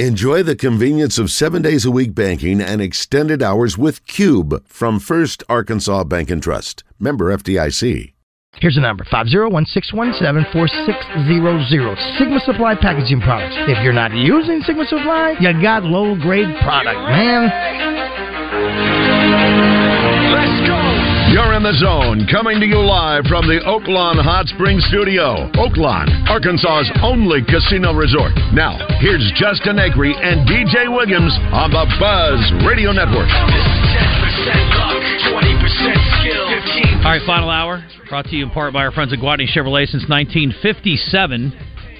Enjoy the convenience of seven days a week banking and extended hours with Cube from First Arkansas Bank and Trust. Member FDIC. Here's the number 501-617-4600. Sigma Supply Packaging Products. If you're not using Sigma Supply, you got low grade product, man. You're in the zone, coming to you live from the Oaklawn Hot Spring Studio. Oaklawn, Arkansas's only casino resort. Now, here's Justin Acree and DJ Williams on the Buzz Radio Network. All right, final hour brought to you in part by our friends at Guadney Chevrolet since 1957.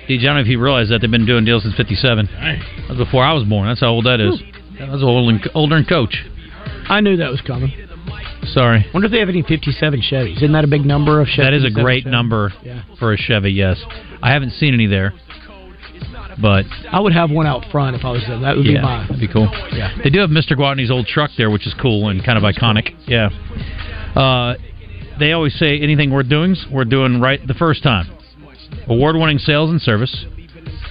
DJ, I don't know if you realize that they've been doing deals since 57. That was before I was born. That's how old that is. That was old and, older than Coach. I knew that was coming. Sorry. Wonder if they have any 57 Chevys. Isn't that a big number of Chevys? That is a great number for a Chevy, yes. I haven't seen any there. But I would have one out front if I was there. That would yeah, be mine. that'd be cool. Yeah. They do have Mr. Guadney's old truck there, which is cool and kind of iconic. Yeah. Uh, they always say anything worth doing's worth doing right the first time. Award-winning sales and service.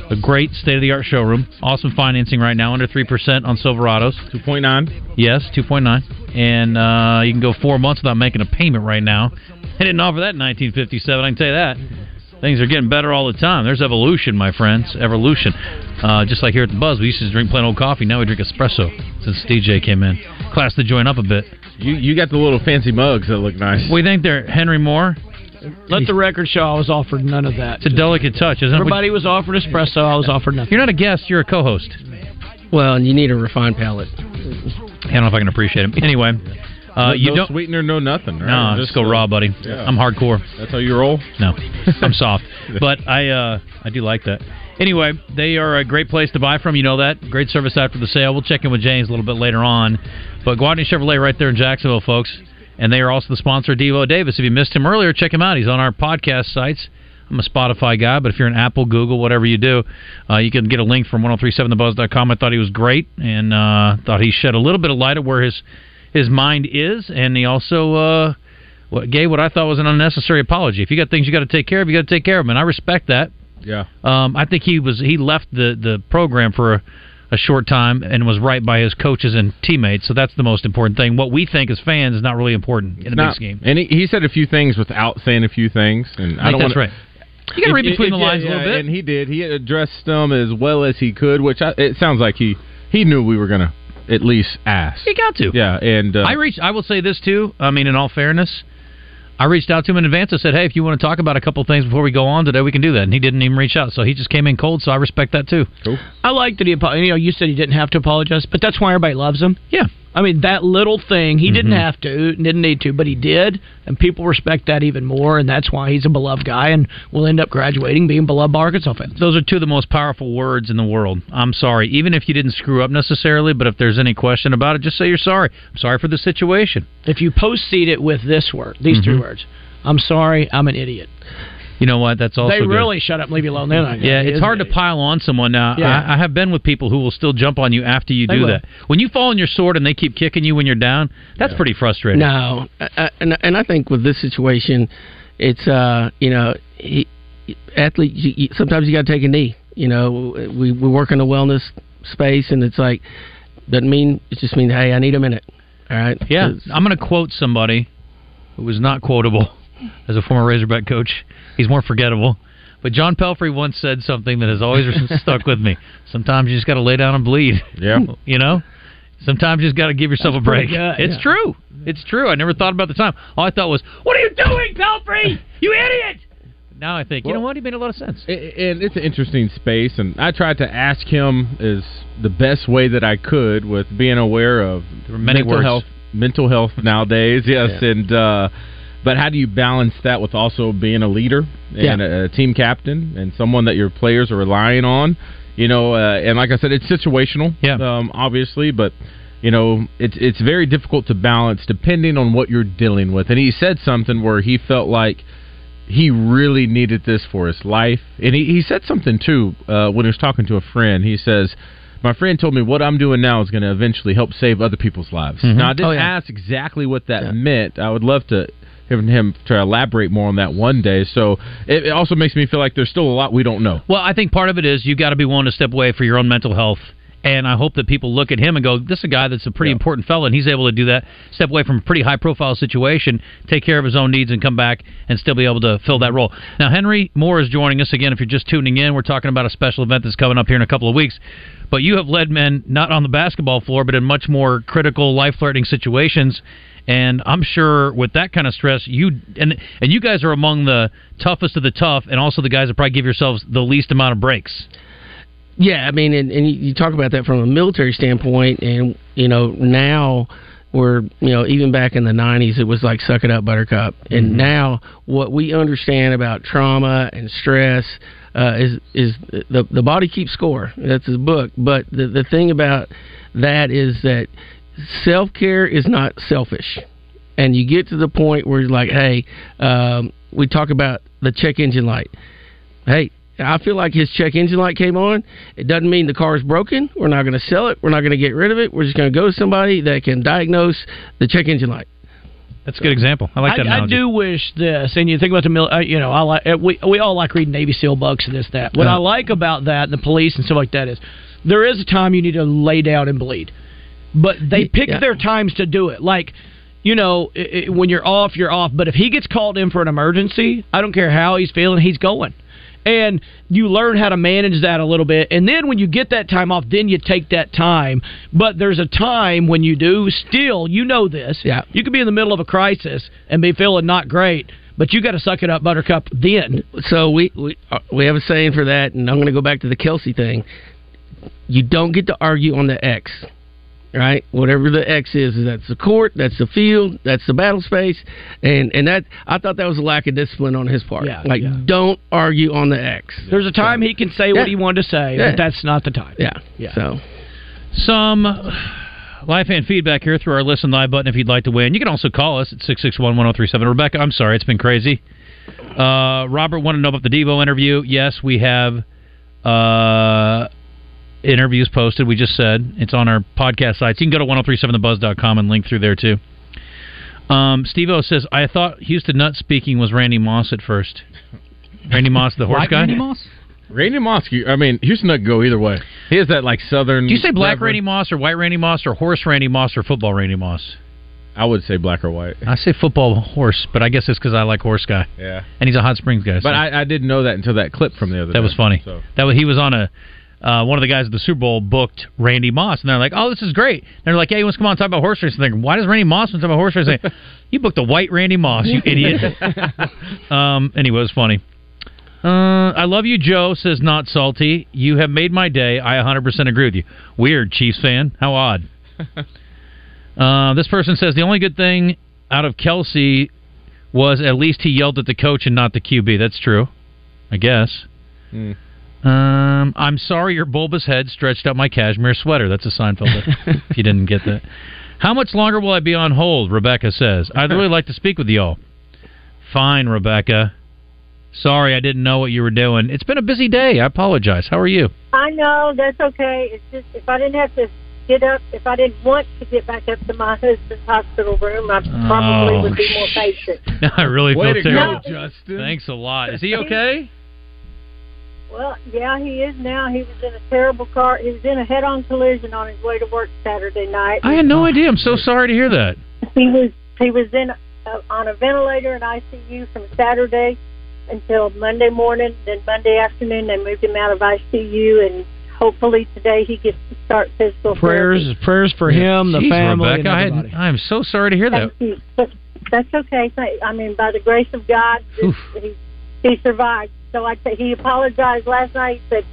A great state-of-the-art showroom. Awesome financing right now, under three percent on Silverados. Two point nine. Yes, two point nine. And uh, you can go four months without making a payment right now. They didn't offer that in 1957. I can tell you that. Things are getting better all the time. There's evolution, my friends. Evolution. Uh, just like here at the Buzz, we used to drink plain old coffee. Now we drink espresso since DJ came in. Class to join up a bit. You you got the little fancy mugs that look nice. We think they're Henry Moore. Let the record show I was offered none of that. It's a delicate touch, isn't it? Everybody was offered espresso. I was offered nothing. You're not a guest. You're a co-host. Well, you need a refined palate. I don't know if I can appreciate him. Anyway, uh, No- you no don't. sweetener, no nothing. Right? No, just go raw, buddy. Yeah. I'm hardcore. That's how you roll. No, I'm soft, but I uh, I do like that. Anyway, they are a great place to buy from. You know that. Great service after the sale. We'll check in with James a little bit later on. But Guadney Chevrolet right there in Jacksonville, folks, and they are also the sponsor of Devo Davis. If you missed him earlier, check him out. He's on our podcast sites. I'm a Spotify guy, but if you're an Apple, Google, whatever you do, uh, you can get a link from 1037thebuzz.com. I thought he was great and uh, thought he shed a little bit of light of where his his mind is, and he also uh, what, gave what I thought was an unnecessary apology. If you got things you got to take care of, you got to take care of them, and I respect that. Yeah. Um, I think he was he left the the program for a, a short time and was right by his coaches and teammates. So that's the most important thing. What we think as fans is not really important in a Not- big game. And he, he said a few things without saying a few things, and I, I don't think that's wanna- right. You got to If- read if- between the yeah, lines a yeah, little bit. And he did. He addressed them as well as he could, which I, it sounds like he he knew we were gonna at least ask. He got to. Yeah, and uh, I reached. I will say this too. I mean, in all fairness, I reached out to him in advance. I said, "Hey, if you want to talk about a couple things before we go on today, we can do that." And he didn't even reach out, so he just came in cold. So I respect that too. Cool. I like that he apo- you know you said he didn't have to apologize, but that's why everybody loves him. Yeah. I mean that little thing he didn't Mhm. have to, didn't need to, but he did, and people respect that even more, and that's why he's a beloved guy, and will end up graduating being beloved by Arkansas fans. Those are two of the most powerful words in the world. I'm sorry, even if you didn't screw up necessarily, but if there's any question about it, just say you're sorry. I'm sorry for the situation. If you postseed it with this word, these three Mhm. words, I'm sorry, I'm an idiot. You know what? That's also they good. really shut up and leave you alone. Then I guess, Yeah, it's isn't hard it? to pile on someone. Now, Yeah. I, I have been with people who will still jump on you after you They do will. that. When you fall on your sword and they keep kicking you when you're down, that's pretty frustrating. No, I, I, and and I think with this situation, it's uh you know he, athlete you, you, sometimes you got to take a knee. You know we we work in the wellness space, and it's like doesn't mean it just means hey I need a minute. All right. Yeah, I'm going to quote somebody who was not quotable as a former Razorback coach. He's more forgettable. But John Pelfrey once said something that has always stuck with me. Sometimes you just got to lay down and bleed. Yeah. You know? Sometimes you just got to give yourself That's a break. pretty good, it's yeah. true. It's true. I never thought about the time. All I thought was, what are you doing, Pelfrey? You idiot! Now I think, you know what? He made a lot of sense. and it's an interesting space, and I tried to ask him is the best way that I could with being aware of many mental words. health, mental health nowadays. Yes, Yeah. and uh, but how do you balance that with also being a leader and Yeah. a, a team captain and someone that your players are relying on? You know, uh, and like I said, it's situational, yeah. um, obviously, but. You know, it's it's very difficult to balance depending on what you're dealing with. And he said something where he felt like he really needed this for his life. And he, he said something too uh, when he was talking to a friend. He says, My friend told me what I'm doing now is going to eventually help save other people's lives. Mhm. Now, I didn't Oh, yeah. ask exactly what that meant. I would love to having him to elaborate more on that one day. So it, it also makes me feel like there's still a lot we don't know. Well, I think part of it is you got to be willing to step away for your own mental health. And I hope that people look at him and go, "This is a guy that's a pretty important fella, and he's able to do that. Step away from a pretty high-profile situation, take care of his own needs, and come back and still be able to fill that role." Now, Henry Moore is joining us again. If you're just tuning in, we're talking about a special event that's coming up here in a couple of weeks. But you have led men not on the basketball floor, but in much more critical, life-threatening situations. And I'm sure with that kind of stress, you and and you guys are among the toughest of the tough, and also the guys that probably give yourselves the least amount of breaks. Yeah, I mean, and, and you- you talk about that from a military standpoint, and you know now we're you know even back in the '90s it was like suck it up, buttercup, and Mhm. now what we understand about trauma and stress uh, is is the the body keeps score. That's his book, but the the thing about that is that self care is not selfish and you get to the point where you're like, hey, um, we talk about the check engine light. Hey, I feel like his check engine light came on. It doesn't mean the car is broken. We're not going to sell it. We're not going to get rid of it. We're just going to go to somebody that can diagnose the check engine light. That's a good example. I like that I, analogy. do wish this, and you think about the mil. Uh, you know, I like uh, we we all like reading Navy SEAL books and this that. What Yeah. I like about that, and the police and stuff like that, is there is a time you need to lay down and bleed, but they pick yeah. their times to do it. Like. You know, i i when you're off, you're off. But if he gets called in for an emergency, I don't care how he's feeling, he's going. And you learn how to manage that a little bit. And then when you get that time off, then you take that time. But there's a time when you do still, you know this. Yeah. You could be in the middle of a crisis and be feeling not great, but you got to suck it up, Buttercup, then. So we we uh, we have a saying for that, and I'm going to go back to the Kelsey thing. You don't get to argue on the X, right? Whatever the X is, that's the court, that's the field, that's the battle space, and and that I thought that was a lack of discipline on his part. Yeah, like don't argue on the X. There's a time he can say what he wanted to say, Yeah. but that's not the time. Yeah. Yeah. So Some live fan feedback here through our listen live button if you'd like to win. You can also call us at 661 1037. Rebecca, I'm sorry, it's been crazy. Uh, Robert wanted to know about the Devo interview. Yes, we have uh, interviews posted. We just said it's on our podcast sites. You can go to 1037thebuzz.com and link through there too. Um, Steve O says, I thought Houston Nutt speaking was Randy Moss at first. Randy Moss, the horse guy? Randy Moss. you- I mean, Houston doesn't go either way. He has that like southern. Do you say black reverend- Randy Moss or white Randy Moss or horse Randy Moss or football Randy Moss? I would say black or white. I say football horse, but I guess it's because I like horse guy. Yeah. and he's a Hot Springs guy. so- But I, I didn't know that until that clip from the other. that was day, funny. So. That was, he was on a uh, one of the guys at the Super Bowl booked Randy Moss, and they're like, "Oh, this is great." And they're like, "Yeah, he wants to come on and talk about horse racing." Thinking, why does Randy Moss want to talk about horse racing? you booked a white Randy Moss, you idiot. um, anyway, it was funny. Uh, I love you, Joe. Says not salty. You have made my day. I 100% agree with you. Weird, Chiefs fan. How odd. Uh, this person says the only good thing out of Kelsey was at least he yelled at the coach and not the QB. That's true, I guess. Mm. Um, I'm sorry your bulbous head stretched out my cashmere sweater. That's a Seinfeld. if you didn't get that. How much longer will I be on hold? Rebecca says. I'd really like to speak with y'all. Fine, Rebecca. Sorry, I didn't know what you were doing. It's been a busy day. I apologize. How are you? I know that's okay. It's just if I didn't have to get up, if I didn't want to get back up to my husband's hospital room, I probably Oh, would be more patient. I really Way to feel go, terrible. Justin. Thanks a lot. Is he okay? Well, yeah, he is now. He was in a terrible car. He was in a head-on collision on his way to work Saturday night. Uh, I had no idea. I'm so sorry to hear that. He was he was in uh, on a ventilator in ICU from Saturday until Monday morning. Then Monday afternoon, they moved him out of ICU, and hopefully today he gets to start physical Prayers, prayers for him, the Jeez, family, Rebecca, I and had- everybody. I am so sorry to hear that. therapy. That's okay. Thank- I mean, by the grace of God, this- he, he survived. So I say he apologized last night. He said,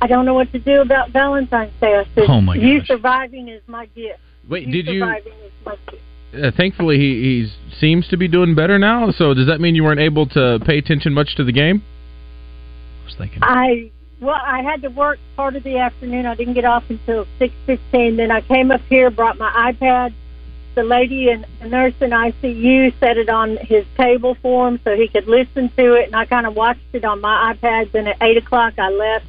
"I don't know what to do about Valentine's Day." I said, Oh, my "You gosh. surviving is my gift." Wait, you did you? surviving Is my gift. Uh, thankfully, he he seems to be doing better now. So does that mean you weren't able to pay attention much to the game? I well, I had to work part of the afternoon. I didn't get off until six fifteen. Then I came up here, brought my iPad. The lady and the nurse in ICU set it on his table for him so he could listen to it, and I kind of watched it on my iPad. Then at eight o'clock, I left,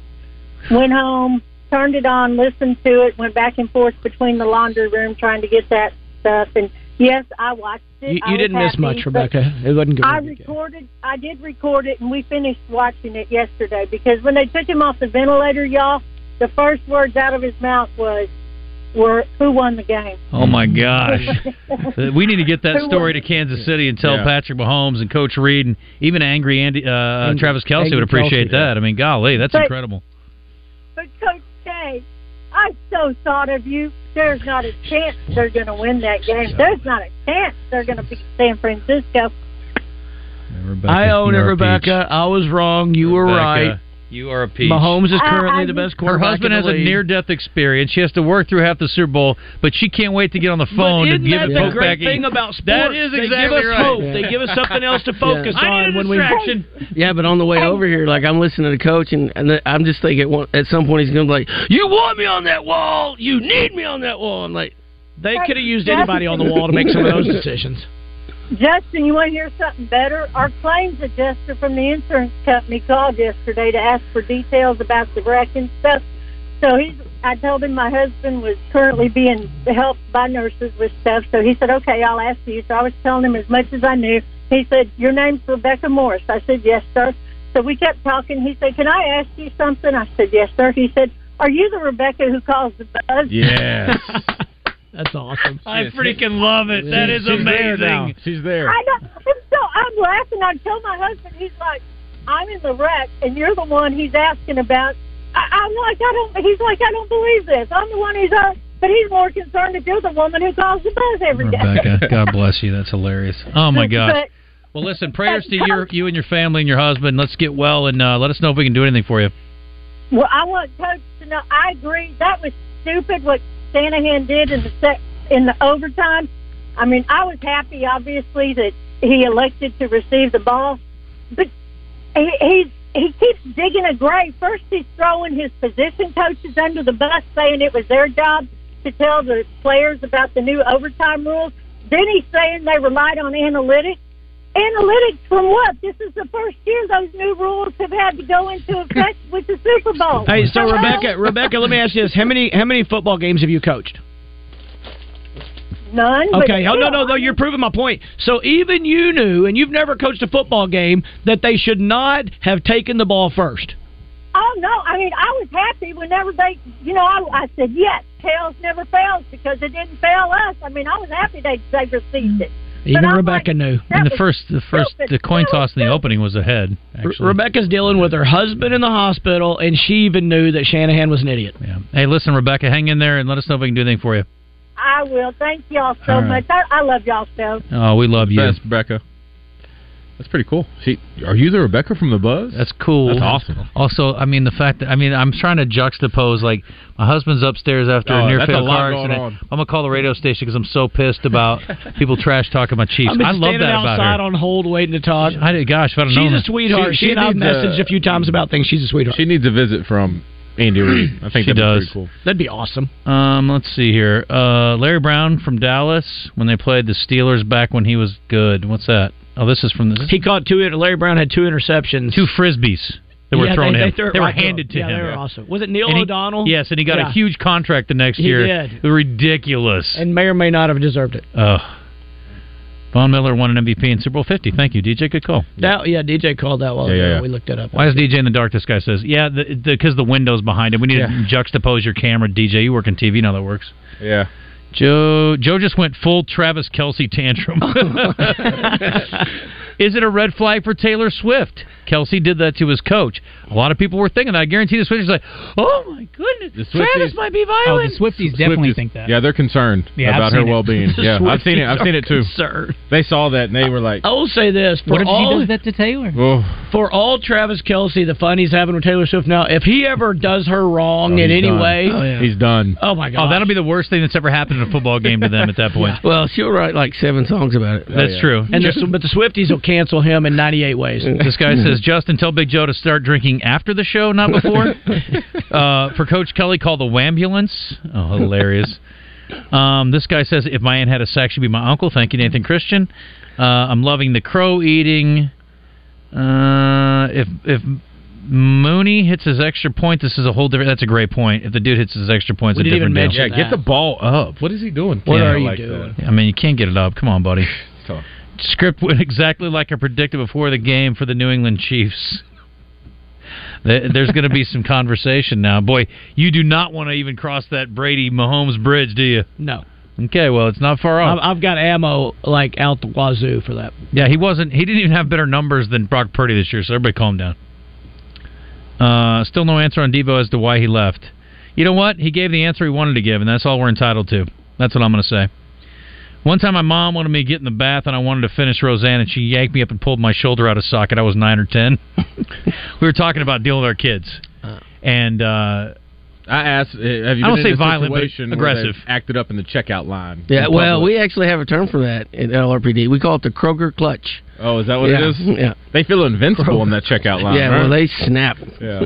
went home, turned it on, listened to it, went back and forth between the laundry room trying to get that stuff, and Yes, I watched it. You, I you was didn't miss happy, much, but Rebecca. It wasn't good. I recorded. I did record it, and we finished watching it yesterday because when they took him off the ventilator, y'all, the first words out of his mouth was, "Were who won the game?" Oh my gosh, Uh, we need to get that story to Kansas City and tell Yeah. Patrick Mahomes and Coach Reed and even angry Andy uh, Travis Kelsey Angry would appreciate Kelce, that. I mean, golly, that's But- incredible. But Coach K, I'm so thought of you. There's not a chance they're going to win that game. There's not a chance they're going to beat San Francisco. I own it, you're a peach. Rebecca. I was wrong. You were Rebecca, right. You are a peach. Mahomes is currently the best Her quarterback. husband in has the a league. near-death experience. She has to work through half the Super Bowl, but she can't wait to get on the phone But to isn't give that the the book great back. thing about sports? That is They give exactly us right. hope. They give us something else to focus I need on a when we- distraction. Yeah, but on the way over here, like I'm listening to coach, and, and I'm just thinking at one- at some point he's gonna be like, "You want me on that wall? You need me on that wall?" I'm like, they could have used anybody on the wall to make some of those decisions. Justin, you want to hear something better? Our claims adjuster from the insurance company called yesterday to ask for details about the wreck and stuff. So he, I told him my husband was currently being helped by nurses with stuff. So he said, "Okay, I'll ask you." So I was telling him as much as I knew. He said, "Your name's Rebecca Morris." I said, "Yes, sir." So we kept talking. He said, "Can I ask you something?" I said, "Yes, sir." He said, "Are you the Rebecca who calls the buzz?" Yes. That's awesome. I freaking love it. That is She's there now. amazing. She's there. I know. And so I'm laughing. I tell my husband, he's like, I'm in the wreck, and you're the one he's asking about. I, I'm like, I don't. He's like, I don't believe this. I'm the one who's on. But he's more concerned that you're the woman who calls the buzz every day. Rebecca, God bless you. That's hilarious. Oh my gosh. But Well, listen, prayers to your, you and your family and your husband. Let's get well and uh, let us know if we can do anything for you. well, I want Coach to know. I agree. That was stupid what Shanahan did in the sec- in the overtime. I mean, I was happy, obviously, that he elected to receive the ball, but he he's, he keeps digging a grave. First, he's throwing his position coaches under the bus, saying it was their job to tell the players about the new overtime rules. Then he's saying they relied on analytics. Analytics from what? This is the first year those new rules have had to go into effect with the Super Bowl. Hey, so Hello? Rebecca, Rebecca, let me ask you this: How many how many football games have you coached? None. but Okay. Oh no, still, no, no. You're proving my point. So even you knew, and you've never coached a football game, that they should not have taken the ball first. Oh no! I mean, I was happy whenever they, you know, I, I said yes. Tails never fails because it didn't fail us. I mean, I was happy they they received it. Even But I'm Rebecca knew. And the first, the first, the coin toss in the opening was ahead. Actually. Rebecca's dealing with her husband in the hospital, and she even knew that Shanahan was an idiot. Yeah. Um, Hey, listen, Rebecca, hang in there and let us know if we can do anything for you. I will. Thank y'all so All much. right. I, I love y'all so. Oh, we love you. Best, Rebecca. That's pretty cool. She, are you the Rebecca from the Buzz? That's cool. That's awesome. Also, I mean the fact that I mean I'm trying to juxtapose like my husband's upstairs after Oh, a near that's a fatal lot car going accident. on. I'm gonna call the radio station because I'm so pissed about people trash talking my Chiefs. I've been I love standing that about outside her. on hold waiting to talk. I did, gosh, if I'd have known She's a that. sweetheart. She, and I uh, needs a- messaged a few times about things. She's a sweetheart. She needs a visit from Andy Reid. I think She that'd be does. pretty cool. That'd be awesome. Um, let's see here. Uh, Larry Brown from Dallas when they played the Steelers back when he was good. What's that? Oh, this is from the He caught two. Larry Brown had two interceptions. two frisbees that were Yeah, thrown they, to him. They, threw it were right handed to him. Yeah, him. They were awesome. Was it Neil And he- O'Donnell? Yes, and he got Yeah. a huge contract the next He year. did. Ridiculous. and may or may not have deserved it. Ugh. Von Miller won an MVP in Super Bowl 50. Thank you, DJ. Good call. That yeah, DJ called that while Yeah, yeah, ago. yeah. we looked it up. Why is DJ in the dark? This guy says, yeah, because the, 'cause the window's behind it. We need to juxtapose your camera, DJ. You work in TV, you know how that works. Yeah. Joe Joe just went full Travis Kelsey tantrum. Is it a red flag for Taylor Swift? Kelsey did that to his coach. A lot of people were thinking that. I guarantee the Swifties are like, oh my goodness, Swifties- Travis might be Oh, violent. the Swifties definitely Swifties. think that. Yeah, they're concerned Yeah, I've about her seen it. well-being. The yeah, I've seen it. I've Swifties seen are it too. concerned. They saw that and they were like, I will say this for What if all she does that to Taylor? "Oh, for all Travis Kelsey, the fun he's having with Taylor Swift now. If he ever does her wrong oh, in he's any done. way, he's done." oh my god, Oh, that'll be the worst thing that's ever happened in a football game to them at that point. uh, "Well, she'll write like seven songs about it." That's true. and the, but the Swifties will cancel him in 98 ways. This guy says, Justin, tell Big Joe to start drinking after the show, not before. uh, for Coach Kelly, call the wambulance. Oh, hilarious. um, this guy says, if my aunt had a sack, she'd be my uncle. Thank you, Nathan Christian. Uh, I'm loving the crow eating. Uh, if if Mooney hits his extra point, this is a whole different. That's a great point. If the dude hits his extra point, it's We a didn't even different deal. mention Yeah, get that. the ball up. What is he doing? What are you doing? I mean, you can't get it up. Come on, buddy. tough. Script went exactly like I predicted before the game for the New England Chiefs. There- There's going to be some conversation now. Boy, you do not want to even cross that Brady Mahomes bridge, do you? No. Okay, well, it's not far off. I've, I've got ammo like out the wazoo for that. Yeah, he wasn't. He didn't even have better numbers than Brock Purdy this year. So everybody, calm down. Uh, still no answer on Debo as to why he left. You know what? He gave the answer he wanted to give, and that's all we're entitled to. That's what I'm going to say. One time, my mom wanted me to get in the bath, and I wanted to finish Roseanne, and she yanked me up and pulled my shoulder out of socket. I was nine or ten. we were talking about dealing with our kids, and uh, I asked, uh, have you I don't been say in a violent, but situation where they've aggressive. acted up in the checkout line? Yeah, In well, public? we actually have a term for that at LRPD. We call it the Kroger clutch. oh, is that what Yeah, it is? yeah. they feel invincible in that checkout line. yeah, right? well, they snap. Yeah.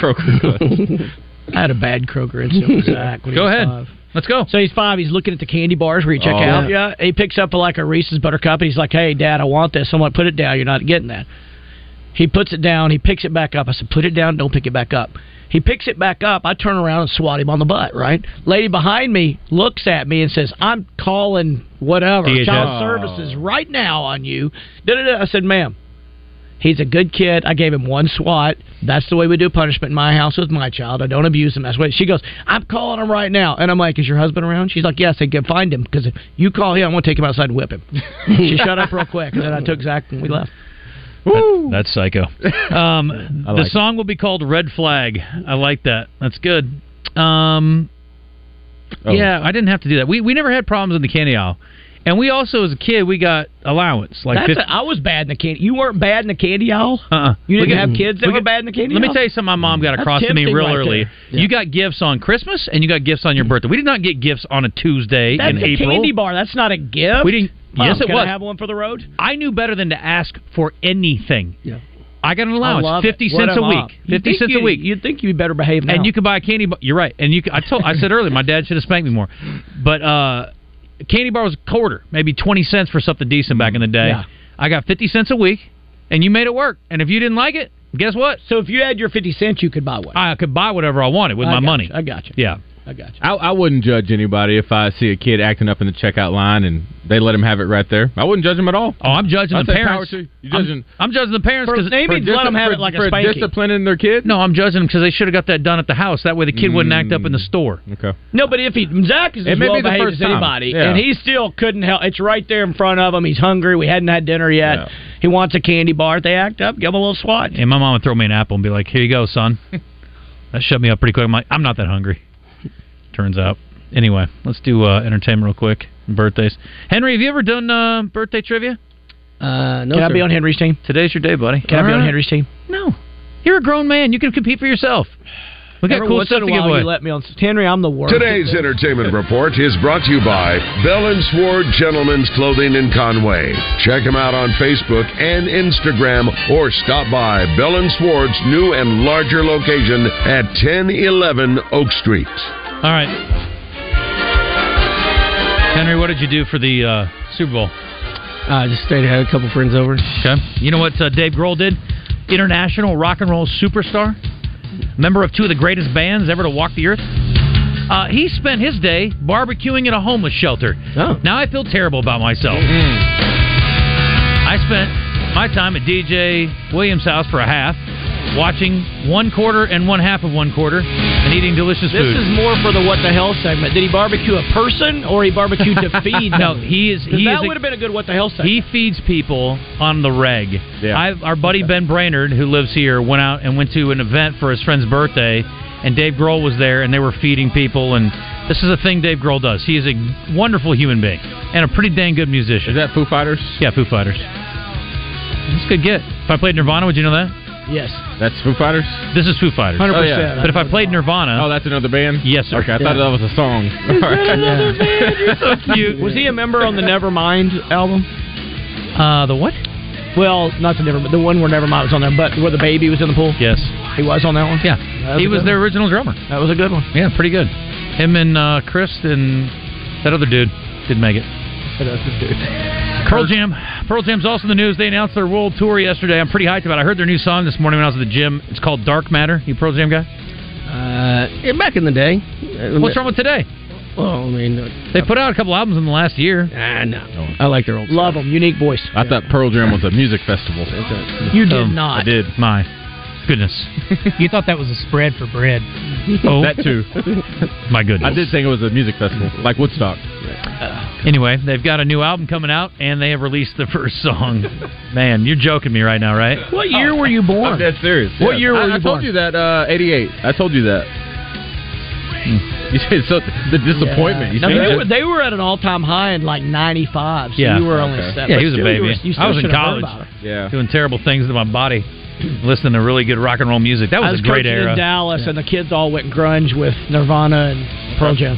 Kroger clutch. I had a bad Kroger incident with Zach. When Go he was ahead. Five. Let's go. So he's five. He's looking at the candy bars where you check Oh. out. Yeah. He picks up like a Reese's Buttercup and he's like, hey, Dad, I want this. I'm like, put it down. You're not getting that. He puts it down. He picks it back up. I said, put it down. Don't pick it back up. He picks it back up. I turn around and swat him on the butt, right? Lady behind me looks at me and says, I'm calling whatever, DHS. child services right now on you. Da-da-da. I said, ma'am, He's a good kid. I gave him one SWAT. That's the way we do punishment in my house with my child. I don't abuse him. That's what she goes. I'm calling him right now, and I'm like, "Is your husband around?" She's like, "Yes." I can find him because if you call him, I'm gonna take him outside and whip him. she shut up real quick, and then I took Zach and we left. That- that's psycho. Um, I the like it. song will be called Red Flag. I like that. That's good. Um, Oh. Yeah, I didn't have to do that. We we never had problems in the candy aisle, and we also as a kid we got allowance like. That's a, I was bad in the candy. You weren't bad in the candy aisle. uh-uh. You We didn't got- have kids that we were got- bad in the candy Let aisle. me tell you something. My mom got That's across to me tempting real right early. there. You got gifts on Christmas and you got gifts on your birthday. We did not get gifts on a Tuesday That's in a April. candy bar. That's not a gift. We didn't- Mom, yes, it can was. I have one for the road. I knew better than to ask for anything. Yeah. I got an I allowance, love fifty it. What cents a mom. week. You'd Fifty think cents a you- week. You'd think you'd better behave now. And you could buy a candy bar. You're right. And you, could, I told, I said earlier, my dad should have spanked me more. But uh, a candy bar was a quarter, maybe twenty cents for something decent back in the day. Yeah. I got fifty cents a week, and you made it work. And if you didn't like it, guess what? So if you had your fifty cents, you could buy one. I could buy whatever I wanted with I my got money. you. I got you. Yeah. I got you. I, I wouldn't judge anybody if I see a kid acting up in the checkout line and they let him have it right there. I wouldn't judge him at all. Oh, I'm judging I'd the say power parents. to you. You're I'm- judging- I'm, judging the parents because Maybe let them have it like a for spanking. disciplining their kid. No, I'm judging them because they should have got that done at the house. That way the kid wouldn't act up in the store. Mm. Okay. No, but if he Zach is It as may be well the behaved first as time. anybody, Yeah. and he still couldn't help. It's right there in front of him. He's hungry. We hadn't had dinner yet. Yeah. He wants a candy bar. If they act up, give him a little swat. And my mom would throw me an apple and be like, "Here you go, son." that shut me up pretty quick. I'm like, "I'm not that hungry." Turns out. Anyway, let's do uh, entertainment real quick. and Birthdays. Henry, have you ever done uh, birthday trivia? Uh, no, Can I sir. be on Henry's team? Today's your day, buddy. Can I be on Alright. Henry's team? No, you're a grown man. You can compete for yourself. We got Every cool once stuff in to a give while away. You let me on Henry. I'm the worst. Today's entertainment report is brought to you by Bell and Sword Gentlemen's Clothing in Conway. Check them out on Facebook and Instagram or stop by Bell and Sword's new and larger location at 1011 Oak Street. All right, Henry, what did you do for the uh, Super Bowl? I just stayed. Had a couple friends over. Okay. You know what uh, Dave Grohl did? International rock and roll superstar, member of two of the greatest bands ever to walk the earth. Uh, he spent his day barbecuing at a homeless shelter. Oh. Now I feel terrible about myself. Mm-hmm. I spent my time at DJ Williams' house for a half, watching one quarter and one half of one quarter, and eating This delicious food. is more for the what the hell segment. Did he barbecue a person or he barbecued to feed? No, them? he is- 'Cause he that is a- would have been a good what the hell segment. He feeds people on the reg. Yeah. I, our buddy Ben Brainerd, who lives here, went out and went to an event for his friend's birthday, and Dave Grohl was there, and they were feeding people. And this is a thing Dave Grohl does. He is a wonderful human being and a pretty dang good musician. Is that Foo Fighters? Yeah, Foo Fighters. That's a good get. If I played Nirvana, would you know that? yes. That's Foo Fighters. This is Foo Fighters. 100%. Oh, yeah. Oh, But if I played Nirvana, Oh, that's another band. yes, sir. Okay, I thought that was a song. so cute. Was he a member on the Nevermind album? Uh, the what? Well, not the Nevermind, the one where Nevermind was on there, but where the baby was in the pool. Yes. He was on that one. Yeah. That was he a was good their original drummer. That was a good one. Yeah, pretty good. Him and uh, Chris and that other dude did make it. That was a good dude. Pearl Jam Pearl Jam's also in the news. They announced their world tour yesterday. I'm pretty hyped about it. I heard their new song this morning when I was at the gym. It's called Dark Matter. You a Pearl Jam guy? Uh, back in the day. What's wrong with today? Uh, Well, I mean, they put out a couple albums in the last year. Ah, no. I like their old Love them. Unique voice. I thought Pearl Jam was a music festival. Um, You did not. I did. My goodness. you thought that was a spread for bread. Oh. That too. My goodness. I did think it was a music festival, like Woodstock. Anyway, they've got a new album coming out, and they have released the first song. Man, you're joking me right now, right? Oh. What year were you born? I'm dead serious. What year were I, you I told born? you that uh, 88. I told you that. You said so the disappointment. You Hmm. No, said they, that- were, they were at an all-time high in like '95. So Yeah. you were only Okay. seven. Yeah, he was a You baby. were- you still I was in should've heard college. about it. Yeah. Doing terrible things to my body, listening to really good rock and roll music. That was, I was a great coaching era. in Dallas, and the kids all went grunge with Nirvana and Pearl Jam.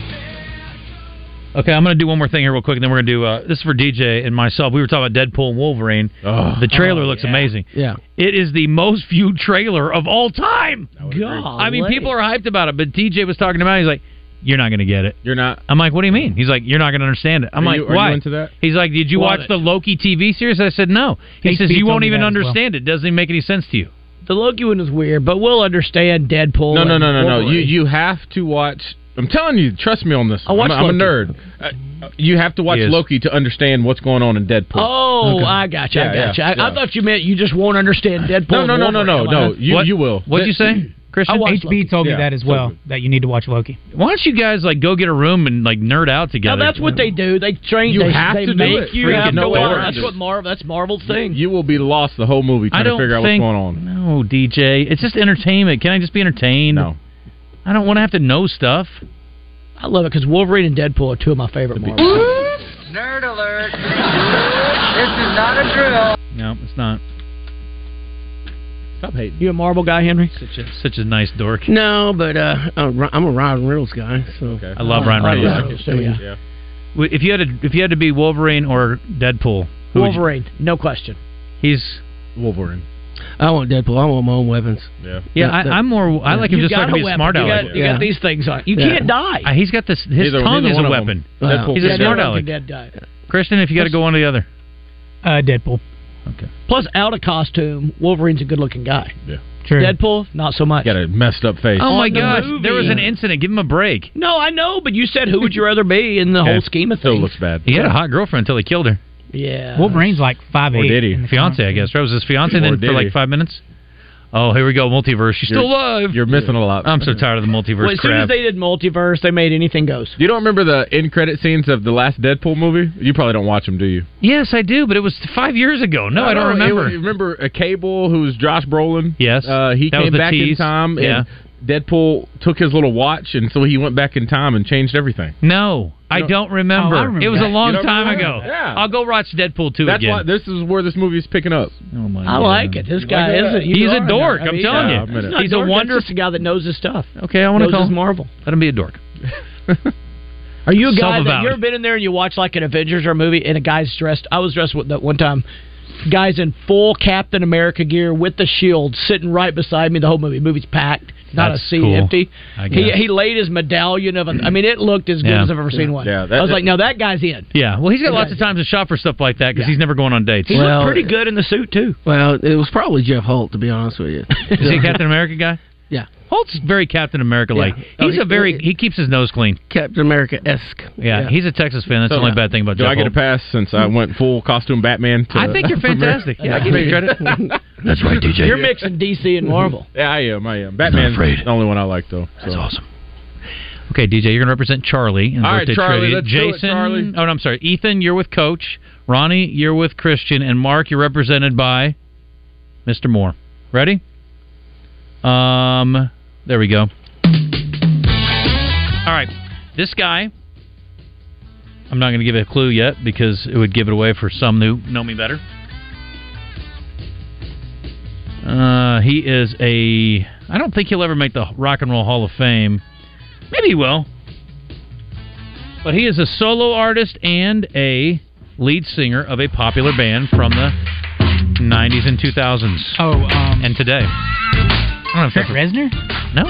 Okay, I'm going to do one more thing here real quick, and then we're going to do uh, this is for DJ and myself. We were talking about Deadpool and Wolverine. the Oh, trailer looks amazing. Yeah. It is the most viewed trailer of all time. God, I mean, people are hyped about it, but DJ was talking about it. He's like, "You're not going to get it." You're not. I'm like, "What do you mean?" He's like, "You're not going to understand it." I'm Are like, you- are you "Why?" into that? He's like, "Did you Love watch it. the Loki TV series?" I said, "No." He HP says, "You told won't me even that as well. understand it. Doesn't even make any sense to you." The Loki one was weird, but we'll understand Deadpool. No, no, and no, no, no. Wolverine. You you have to watch. I'm telling you, trust me on this. I watched I'm, a- I'm a Loki. nerd. Uh, You have to watch He is. Loki to understand what's going on in Deadpool. Oh, I got you. I Yeah, got you. yeah, I, I yeah. thought you meant you just won't understand Deadpool. no, no, no, and no, no, Wolverine. no. I'm like, You What- you will. What'd you say, Christian? I watched Loki. HB told me Yeah, that as so well, good. that you need to watch Loki. Why don't you guys like go get a room and like nerd out No, together? that's what they do. They train. You they, have they to do make it. you Freaking have to no watch. order. That's what Marvel. That's Marvel's thing. You will be lost the whole movie I trying to don't figure out think- what's going on. No, DJ. It's just entertainment. Can I just be entertained? No. I don't want to have to know stuff. I love it because Wolverine and Deadpool are two of my favorite Marvel. Nerd alert! this is not a drill. No, it's not. Stop hating. You a Marvel guy, Henry? Such a such a nice dork. No, but uh, I'm a- I'm a Ryan Reynolds guy, so Okay. I love Ryan I Reynolds. love it, so, yeah. Yeah. W- If you had to, if you had to be Wolverine or Deadpool, who would you- Wolverine, no question. he's Wolverine. I want Deadpool. I want my own weapons. Yeah. yeah. That- I, that- I'm more. I like him You just like got to be a a weapon. smart You aleck. got, you got these things on. You Yeah. can't die. Uh, He's got this. His Neither- tongue neither is one a of them. weapon. Wow. Deadpool He's a did Dead smart that. dog aleck. and dead guy. Christian, if you got to go one or the other, Uh, Deadpool. Plus, out of costume, Wolverine's a good-looking guy. True. Deadpool, not so much. Got a messed up face. oh my the gosh, movie. there was an incident. Give him a break. No, I know, but you said who would you rather be in the Okay. whole scheme of Still things? looks bad. He had a hot girlfriend until he killed her. Yeah. Wolverine's like five Or eight. did he? Fiance, I guess. Right? Was his fiance Or then did for he? like five minutes? Oh, here we go. Multiverse. She's still alive. You're missing a lot. I'm so tired of the multiverse Well, as soon crap. as they did multiverse, they made anything goes. you don't remember the end credit scenes of the last Deadpool movie? You probably don't watch them, do you? yes, I do, but it was five years ago. No, I don't know. remember. You remember a Cable who's Josh Brolin? Yes. Uh, he That was came the back tease. in time, Yeah. and Deadpool took his little watch, and so he went back in time and changed everything. no, I don't- don't remember. Oh, I remember It was a that. long You don't time remember? ago. Yeah. I'll go watch Deadpool 2 That's again. why this is where this movie is picking up. oh my I God. like it. This guy like isn't. that? you He's a are dork, I'm telling you. he's not He's a dork, that's wonder- just a guy that knows his stuff. Okay, I want to knows call his him. Marvel. Let him be a dork. Are you a guy that Self-avowed. you ever been in there and you watch like an Avengers or a movie and a guy's dressed? I was dressed with that one time. Guys in full Captain America gear with the shield sitting right beside me. The whole movie, movie's packed, not That's a seat cool, empty. I He guess. he laid his medallion of. A, I mean, it looked as good Yeah. as I've ever seen one. Yeah, that- I was that- like, no, that guy's in. Yeah, well, he's got lots of time to shop for stuff like that because he's never going on dates. He Well- looked pretty good in the suit too. Well, it was probably Jeff Holt, to be honest with you. Is he a Captain America guy? Yeah. Holt's very Captain America like. Yeah. He's Oh, a very he- he keeps his nose clean. Captain America esque. Yeah, he's a Texas fan. That's the So- only bad thing about Do Jeff I get a Holt. pass since I went full costume Batman? To, I think you're fantastic. yeah, I give you credit. That's right, DJ. You're mixing DC and Marvel. Yeah, I am. I am. Batman's afraid. the only one I like, though. So. That's awesome. Okay, DJ, you're going to represent Charlie in the All right, birthday Charlie, trivia. let's do it, Jason, Charlie. oh, no, I'm sorry. Ethan, you're with Coach. Ronnie, you're with Christian, and Mark, you're represented by Mr. Moore. Ready? Um, there we go. All right, this guy. I'm not going to give a clue yet because it would give it away for some who know me better. Uh, he is a. I don't think he'll ever make the Rock and Roll Hall of Fame. Maybe he will. But he is a solo artist and a lead singer of a popular band from the 90s and 2000s Oh, um, and today. I don't know if Trent that's Reznor? Oh. a, no.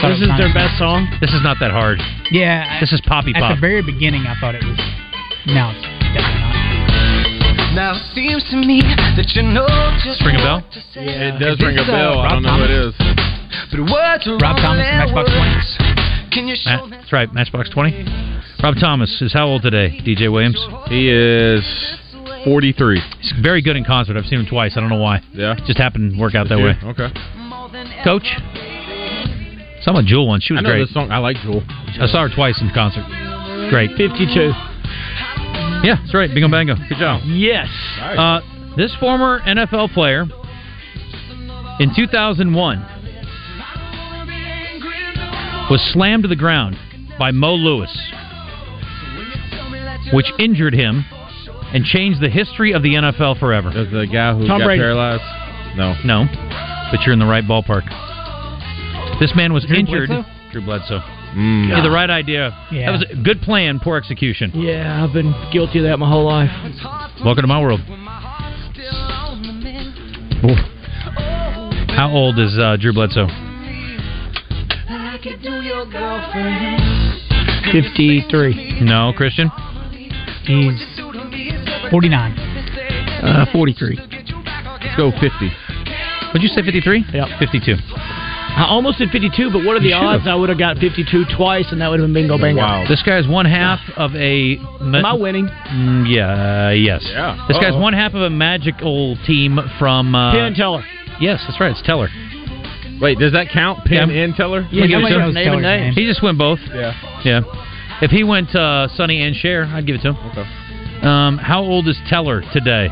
Thought it was not- best song. This is not that hard. Yeah. I- This is poppy At pop. the very beginning, I thought it was. No, it's definitely not. Now it seems to me that you know just Ring a bell? It does ring a bell. I don't know who it is. But words are Rob Thomas, Matchbox 20. Can you show Ma- that's right, Matchbox 20. Rob Thomas is how old today, DJ Williams? He is 43. He's very good in concert. I've seen him twice. I don't know why. Yeah. Just happened to work out that Yeah, way. Okay. Coach? Saw my Jewel once. She was I know great. this song. I like Jewel. I saw her twice in concert. Great. 52. Yeah, that's right. Bingo Bango. Good job. Yes. Uh, this former NFL player in 2001 was slammed to the ground by Mo Lewis, which injured him and changed the history of the NFL forever. Does the guy who Tom got Brady. paralyzed? No. No. But you're in the right ballpark. This man was Drew injured. Bledsoe? Drew Bledsoe. Mm. Yeah, the right idea. Yeah. That was a good plan, poor execution. Yeah, I've been guilty of that my whole life. Welcome to my world. Oof. How old is uh, Drew Bledsoe? 53. No, Christian? He's 49. Uh, 43. Let's go 50. Would you say 53? Yeah. 52. I Uh, almost did 52, but what are the You should've. odds I would have got 52 twice and that would have been bingo bango? This guy's one half um, of a. Am I winning? Mm, yeah, uh, yes. Yeah. This guy's Uh-oh. one half of a magical team from. Uh, Penn and Teller. Yes, that's right. It's Teller. Wait, does that count? Penn and Teller? Yeah, nobody knows Name and Teller's name. name. He just went both. Yeah. Yeah. If he went uh, Sonny and Cher, I'd give it to him. Okay. Um, how old is Teller today?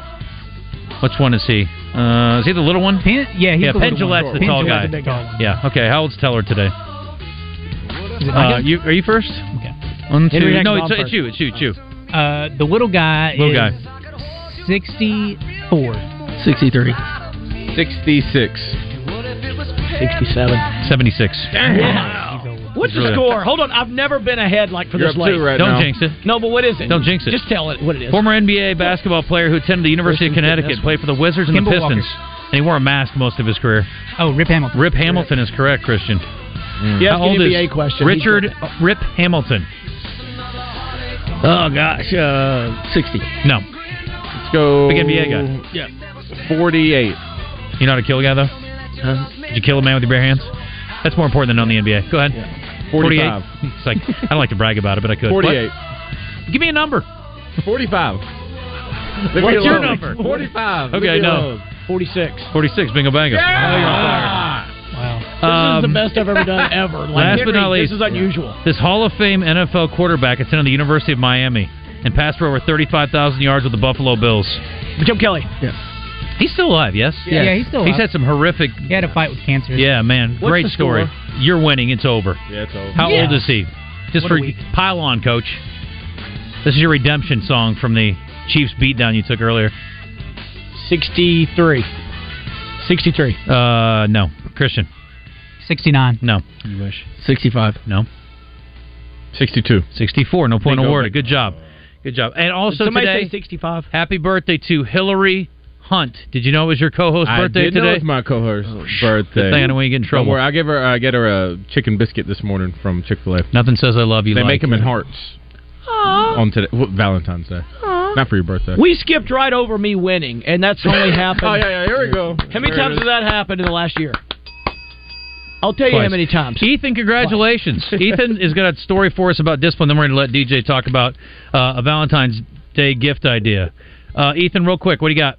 Which one is he? Uh, is he the little one? yeah, he's yeah. the Penn little one. Gillette's the Penn tall Gillette's guy. the big guy. Yeah. Okay. How old's Teller today? it my Uh, turn? you, are you first? Okay. One, two. Henry no, Heckenbaum it's, it's first. you. It's you. It's you. Uh, the little guy Little is guy. 64. 63. 66. 67. 76. What's Really? the score? Hold on, I've never been ahead like for You're this up late. two right Don't now. jinx it. No, but what is it? Don't jinx it. Just tell it what it is. Former NBA basketball player who attended the University of Listen to Connecticut, this played for the Wizards and the Kimball Pistons, and he wore a mask most of his career. Oh, Rip Hamilton. Rip Hamilton is correct, Christian. Mm. You asked How an old NBA is question. Richard Rip Hamilton? Oh, gosh. Uh, 60. No. Let's go. Big NBA guy. Yeah. 48. You know how to kill a guy, though? Did you kill a man with your bare hands? That's more important than knowing the NBA. Go ahead. 45. It's like, I don't like to brag about it, but I could. 48. What? Give me a number. 45. What's Leave me your alone. number? 45. Leave Okay, me no. alone. 46. 46, bingo bango. This is Um, the best I've ever done ever. Like, last Henry, but not least, This is unusual. This Hall of Fame NFL quarterback attended the University of Miami and passed for over 35,000 yards with the Buffalo Bills. Jim Kelly. Yeah. He's still alive, yes? Yeah, yeah, he's still He's alive. had some horrific. He had a fight with cancer. Yeah, man. Mm-hmm. What's great the story. You're winning. It's over. Yeah, it's over. How Yeah. old is he? What Just a for week. pile on, coach. This is your redemption song from the Chiefs beatdown you took earlier. 63. 63. Uh, no. Christian. 69. No. You wish. 65. No. 62. 64. No point Bingo. awarded. Good job. Good job. And also somebody today, say 65? happy birthday to Hillary Hunt. Did you know it was your co-host I birthday did know today? Oh, it's my co-host's birthday. Good thing I know we ain't get in trouble. Don't worry, I give her. I get her a chicken biscuit this morning from Chick Fil A. Nothing says I love you. They like- make them in hearts on today wh- Valentine's Day. Not for your birthday. We skipped right over me winning, and that's only happened. Oh, yeah, yeah, here we go. How many There it times is. has that happened in the last year? I'll tell you how Twice. many times. Ethan, congratulations. Ethan has got a story for us about discipline. Then we're going to let DJ talk about uh, a Valentine's Day gift idea. Uh, Ethan, real quick, what do you got?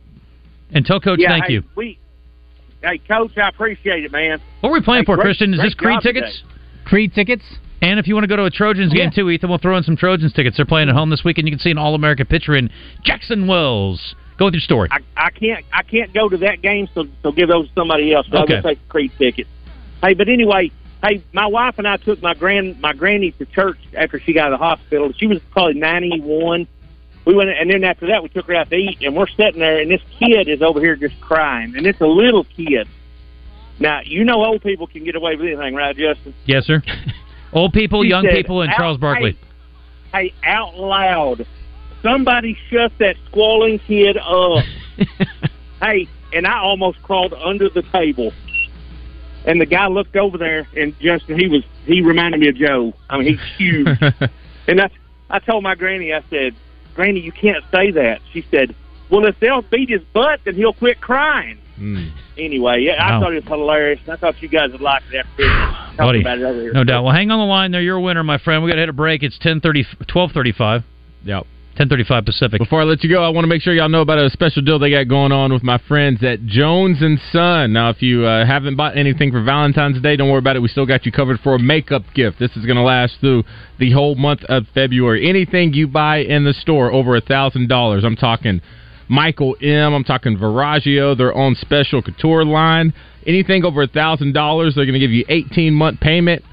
And tell Coach, Yeah, thank hey, you. We, hey, coach, I appreciate it, man. What are we playing Hey, for, great- Christian? Is great this Creed job tickets? today. Creed tickets. And if you want to go to a Trojans game too, Ethan, we'll throw in some Trojans tickets. They're playing at home this weekend. You can see an All America pitcher in Jackson Wells. Go with your story. I can't I can't go to that game, so so give those to somebody else. So I'll Okay. just take the Creed ticket. Hey, but anyway, hey, my wife and I took my grand my granny to church after she got out of the hospital. She was probably ninety one. We went and then after that we took her out to eat and we're sitting there and this kid is over here just crying and it's a little kid. Now you know old people can get away with anything, right, Justin? Yes, sir. Old people, She young said, people, and "Out- Charles Barkley. Hey, out loud, somebody shut that squalling kid up. hey, and I almost crawled under the table. And the guy looked over there, and Justin, he was he reminded me of Joe. I mean, he's huge. and I, I told my granny, I said, "Granny, you can't say that." She said, Well, if they'll beat his butt, then he'll quit crying. Hmm. Anyway, yeah, I Wow. thought it was hilarious. and I thought you guys would like it after talking Buddy, about it over here. No doubt. Well, hang on the line there. You're a winner, my friend. We got to hit a break. It's 10:30, 12:35. Yep. 10:35 Pacific. Before I let you go, I want to make sure y'all know about a special deal they got going on with my friends at Jones and Son. Now, if you uh, haven't bought anything for Valentine's Day, don't worry about it. We still got you covered for a makeup gift. This is going to last through the whole month of February. Anything you buy in the store over a thousand dollars, I'm talking Michael M. I'm talking Viraggio, their own special couture line. Anything over a thousand dollars, they're going to give you 18 month payment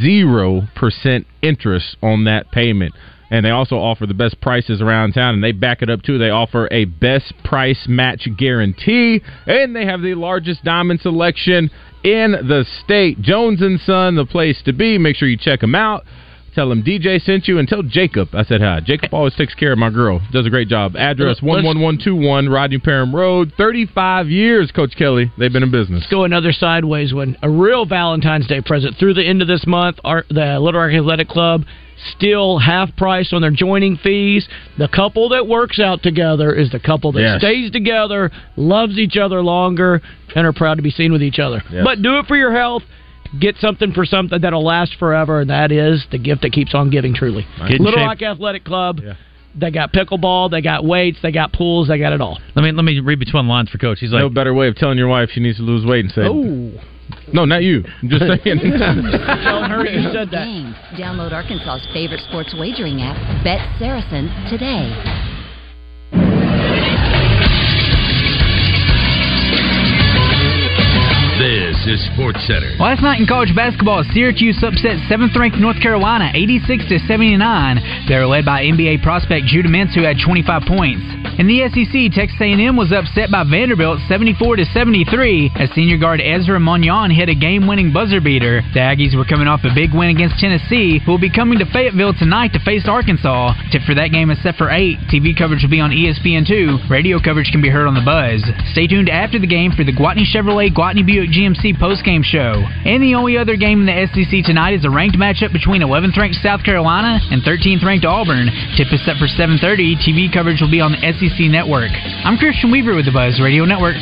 zero percent interest on that payment. And they also offer the best prices around town, and they back it up too. They offer a best price match guarantee, and they have the largest diamond selection in the state. Jones and Son, the place to be. Make sure you check them out. Tell them DJ sent you, and tell Jacob I said hi. Jacob always takes care of my girl. Does a great job. Address Let's- one one one two one Rodney Parham Road. Thirty five years, Coach Kelly. They've been in business. Let's go another sideways one. A real Valentine's Day present through the end of this month. Our, the Little Rock Athletic Club still half price on their joining fees. The couple that works out together is the couple that Yes. stays together, loves each other longer, and are proud to be seen with each other. Yes. But do it for your health. Get something for something that'll last forever, and that is the gift that keeps on giving. Truly, Get in Little shape. Rock Athletic Club. They got pickleball, they got weights, they got pools, they got it all. Let me let me read between lines for Coach. He's like, no better way of telling your wife she needs to lose weight and say, "Oh, no, not you." I'm just saying. Tell her you said that. Games. Download Arkansas's favorite sports wagering app, Bet Saracen, today. This is Sports Center. Last night in college basketball, Syracuse upset 7th ranked North Carolina 86 to 79. They were led by NBA prospect Judah Mintz, who had 25 points. In the SEC, Texas A&M was upset by Vanderbilt 74 to 73 as senior guard Ezra Mignon hit a game-winning buzzer beater. The Aggies were coming off a big win against Tennessee, who will be coming to Fayetteville tonight to face Arkansas. Tip for that game is set for 8. TV coverage will be on E ESPN2. Radio coverage can be heard on the buzz. Stay tuned after the game for the Guatney Chevrolet Guatney Buick GMC postgame show. And the only other game in the SEC tonight is a ranked matchup between 11th ranked South Carolina and 13th ranked Auburn. Tip is set for 7:30. TV coverage will be on the SEC network. I'm Christian Weaver with the Buzz Radio Network.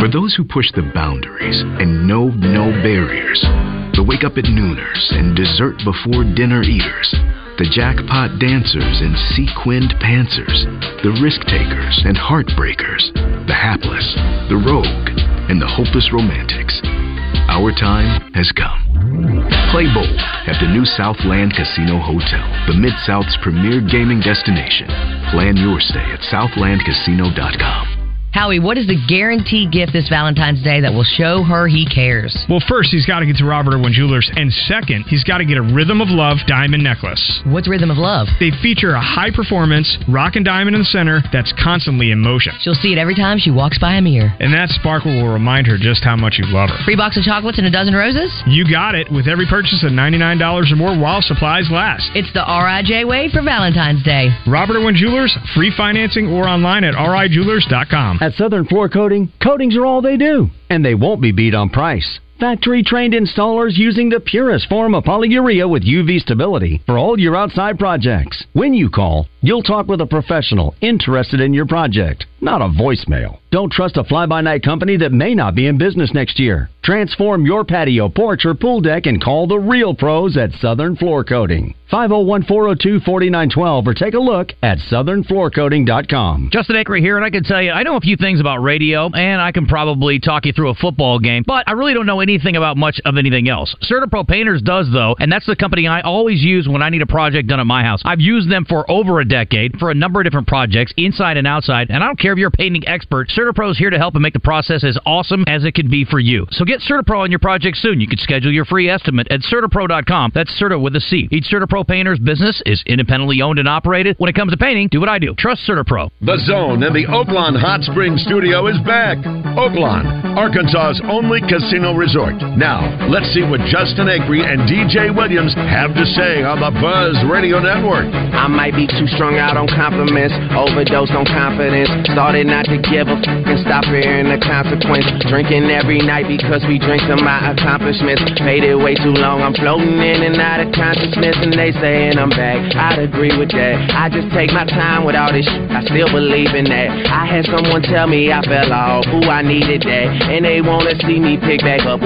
For those who push the boundaries and know no barriers, the wake up at nooners and dessert before dinner eaters, the jackpot dancers and sequined pantsers, the risk takers and heartbreakers, the hapless, the rogue, and the hopeless romantics. Our time has come. Play bold at the new Southland Casino Hotel, the Mid South's premier gaming destination. Plan your stay at southlandcasino.com. Howie, what is the guaranteed gift this Valentine's Day that will show her he cares? Well, first, he's got to get to Robert Irwin Jewelers, and second, he's got to get a Rhythm of Love diamond necklace. What's Rhythm of Love? They feature a high performance rock and diamond in the center that's constantly in motion. She'll see it every time she walks by a mirror. And that sparkle will remind her just how much you love her. Free box of chocolates and a dozen roses? You got it with every purchase of $99 or more while supplies last. It's the RIJ way for Valentine's Day. Robert Irwin Jewelers, free financing or online at rijewelers.com. At Southern Floor Coating, coatings are all they do, and they won't be beat on price. Factory trained installers using the purest form of polyurea with UV stability for all your outside projects. When you call, you'll talk with a professional interested in your project, not a voicemail. Don't trust a fly by night company that may not be in business next year. Transform your patio, porch, or pool deck and call the real pros at Southern Floor Coating. 501 402 4912 or take a look at southernfloorcoating.com. Justin Acre here, and I can tell you, I know a few things about radio, and I can probably talk you through a football game, but I really don't know anything about much of anything else. CertaPro Painters does, though, and that's the company I always use when I need a project done at my house. I've used them for over a decade for a number of different projects, inside and outside, and I don't care if you're a painting expert, CertaPro's here to help and make the process as awesome as it can be for you. So get CertaPro on your project soon. You can schedule your free estimate at CertaPro.com. That's Certa with a C. Each CertaPro Painter's business is independently owned and operated. When it comes to painting, do what I do. Trust CertaPro. The Zone and the Oaklawn Hot Springs Studio is back. Oaklawn, Arkansas's only casino resort. Now, let's see what Justin Agri and DJ Williams have to say on the Buzz Radio Network. I might be too strung out on compliments, overdose on confidence. Started not to give a f- and stop fearing the consequence. Drinking every night because we drink to my accomplishments. Faded way too long, I'm floating in and out of consciousness, and they saying I'm back. I'd agree with that. I just take my time with all this. Sh- I still believe in that. I had someone tell me I fell off, ooh I needed that, and they wanna see me pick back up.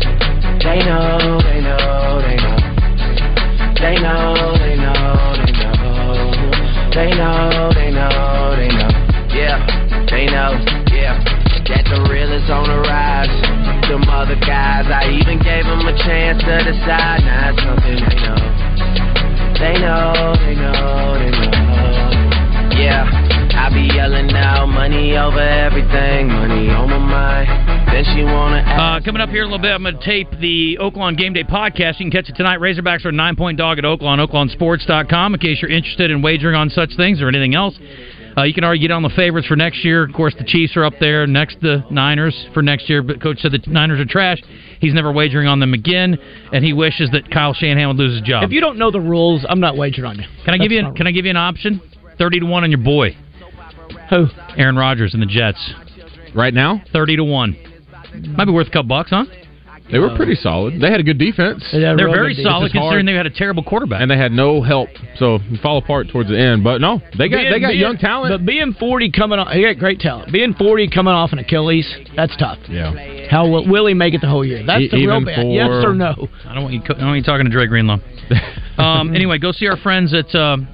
They know, they know, they know. They know, they know, they know. They know, they know, they know. Yeah, they know, yeah. That the real is on the rise. Them other guys, I even gave them a chance to decide. Now it's something they know. They know, they know, they know. Yeah, I be yelling out money over everything, money on my mind. Then she wanna Uh, coming up here in a little bit, I'm going to tape the Oakland Game Day podcast. You can catch it tonight. Razorbacks are a nine point dog at Oakland, oaklandsports.com, in case you're interested in wagering on such things or anything else. Uh, you can already get on the favorites for next year. Of course, the Chiefs are up there. Next, the Niners for next year. But Coach said the Niners are trash. He's never wagering on them again, and he wishes that Kyle Shanahan would lose his job. If you don't know the rules, I'm not wagering on you. Can I give you? An, can I give you an option? Thirty to one on your boy. Who? Aaron Rodgers and the Jets. Right now, thirty to one. Might be worth a couple bucks, huh? They were pretty solid. They had a good defense. They're very solid considering they had a terrible quarterback. and they had no help, so you fall apart towards the end. But no, they got Being- they got being- young talent. But being 40 coming off, he got great talent. Being 40 coming off an Achilles, that's tough. Yeah. How will, will he make it the whole year? That's the real bad. yes or no? E- I don't want you. co- I don't want you talking to Dre Greenlaw. um, anyway, go see our friends at um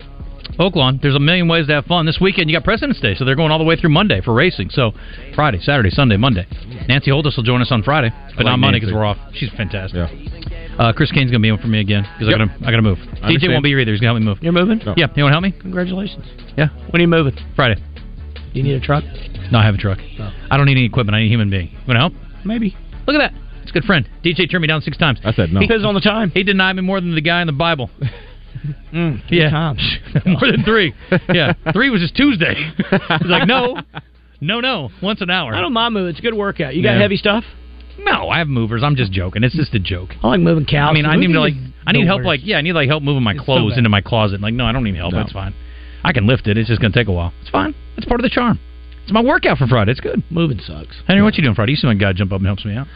Oaklawn. There's a million ways to have fun this weekend. You got President's Day, so they're going all the way through Monday for racing. So Friday, Saturday, Sunday, Monday. Nancy Holdus will join us on Friday, but I like not Monday Nancy. because we're off. She's fantastic. Uh, Chris Kane's gonna be on for me again because I gotta I gotta move. I DJ won't understand. be here either. He's gonna help me move. You're moving? Yeah, you want to help me? Congratulations. Yeah. When are you moving? Friday. Do you need a truck? No, I have a truck. I don't need any equipment. I need a human being. You want to help? Maybe. Look at that. It's a good friend. DJ turned me down six times. I said no. He says on the time. He denied me more than the guy in the Bible. Mm, yeah. more than three. Yeah. Three was just Tuesday. He's like, no. No, no. Once an hour. I don't mind moving. It's a good workout. You got Yeah. heavy stuff? No, I have movers. I'm just joking. It's just a joke. I like moving couches. I mean, I need Moving to like. is I need the help. worst. Like, yeah, I need like help moving my so clothes bad. into my closet. Like, no, I don't need help. That's fine. I can lift it. It's just gonna take a while. It's fine. That's part of the charm. It's my workout for Friday. It's good. Moving sucks. Henry, what you doing Friday? You see my guy jump up and helps me out.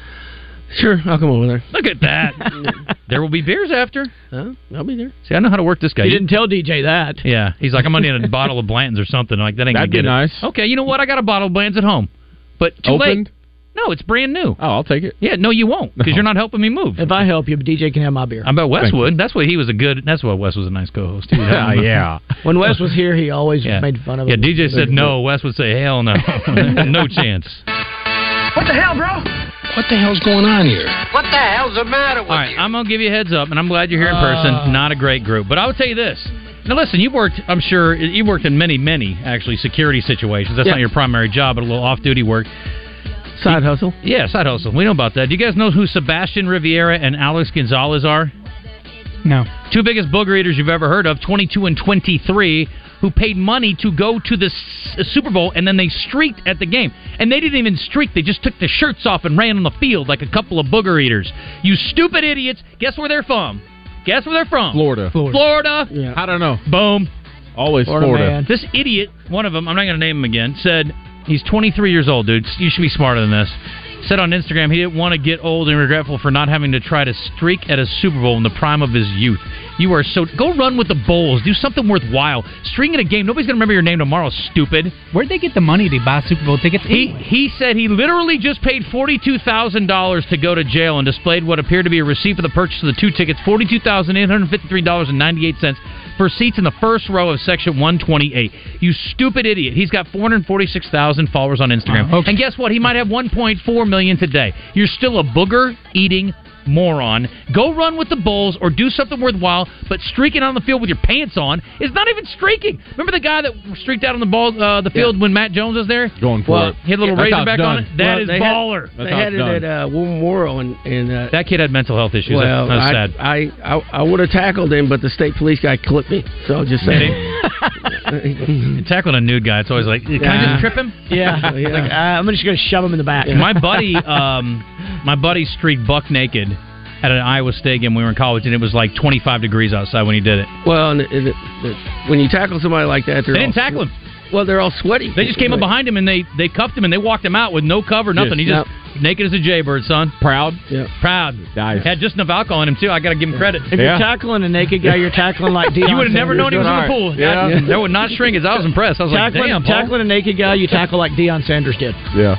Sure, I'll come over there. Look at that. there will be beers after. Huh? I'll be there. See, I know how to work this guy. You You- didn't tell DJ that. Yeah, he's like, I'm gonna need a bottle of Blanton's or something. Like that ain't That'd gonna get be it. Okay, you know what? I got a bottle of Blanton's at home, but too late. Opened? No, it's brand new. Oh, I'll take it. Yeah, no, you won't because you're not helping me move. If I help you, DJ can have my beer. I bet Wes Thank you. would. That's why he was a good. That's why Wes was a nice co-host. He would help me. When Wes was here, he always Yeah. made fun of Yeah, it. DJ said no. Wes would say hell no, no chance. What the hell, bro? What the hell's going on here? What the hell's the matter with All right, I'm gonna give you a heads up, and I'm glad you're here in Uh. person. Not a great group, but I would tell you this. Now, listen, you worked. I'm sure you worked in many, many actually security situations. That's not your primary job, but a little off-duty work. Side hustle. Yeah, side hustle. We know about that. Do you guys know who Sebastian Riviera and Alex Gonzalez are? No. Two biggest booger eaters you've ever heard of, 22 and 23, who paid money to go to the S- uh, Super Bowl and then they streaked at the game. And they didn't even streak, they just took their shirts off and ran on the field like a couple of booger eaters. You stupid idiots. Guess where they're from? Guess where they're from? Florida. Florida. I don't know. Boom. Always Florida. This idiot, one of them, I'm not going to name him again, said he's 23 years old, dude. You should be smarter than this. Said on Instagram he didn't want to get old and regretful for not having to try to streak at a Super Bowl in the prime of his youth. You are so go run with the Bulls, do something worthwhile. String at a game, nobody's going to remember your name tomorrow, stupid. Where'd they get the money to buy Super Bowl tickets? He he said he literally just paid forty two thousand dollars to go to jail and displayed what appeared to be a receipt for the purchase of the two tickets forty two thousand eight hundred fifty three dollars and ninety eight cents for seats in the first row of section one twenty eight. You stupid idiot! He's got four hundred forty six thousand Oh, followers on Instagram, and guess what? He might have one point four million today. You're still a booger eating moron. Go run with the Bulls or do something worthwhile, but streaking on the field with your pants on is not even streaking. Remember the guy that streaked out on the ball uh, the field when Matt Jones was there? Going for Well, it. hit a little That's how it's razorback on done. it. That is they had- baller. they had it at uh, World War and, and uh, that kid had mental health issues. Well, That's- that's I, sad. I, I, I would have tackled him, but the state police guy clipped me. So just Did saying. You're tackling a nude guy, it's always like, can I just trip him? Yeah. Like, uh, I'm just going to shove him in the back. my buddy, um, my buddy streaked buck naked at an Iowa State game. when We were in college, and it was like 25 degrees outside when he did it. Well, and, and, and when you tackle somebody like that, they're They didn't all, tackle him. Well, they're all sweaty. They just came up behind him and they they cuffed him and they walked him out with no cover, nothing. Yes. He just naked as a jaybird, son. Proud, yeah, proud. Had just enough alcohol in him too. I got to give him credit. If you're tackling a naked guy, you're tackling like Deion you would have never known he was in the pool. I, Yeah. That would not shrink. As I was impressed, I was tackling, like, damn, Paul. tackling a naked guy, you tackle like Deion Sanders did. Yeah.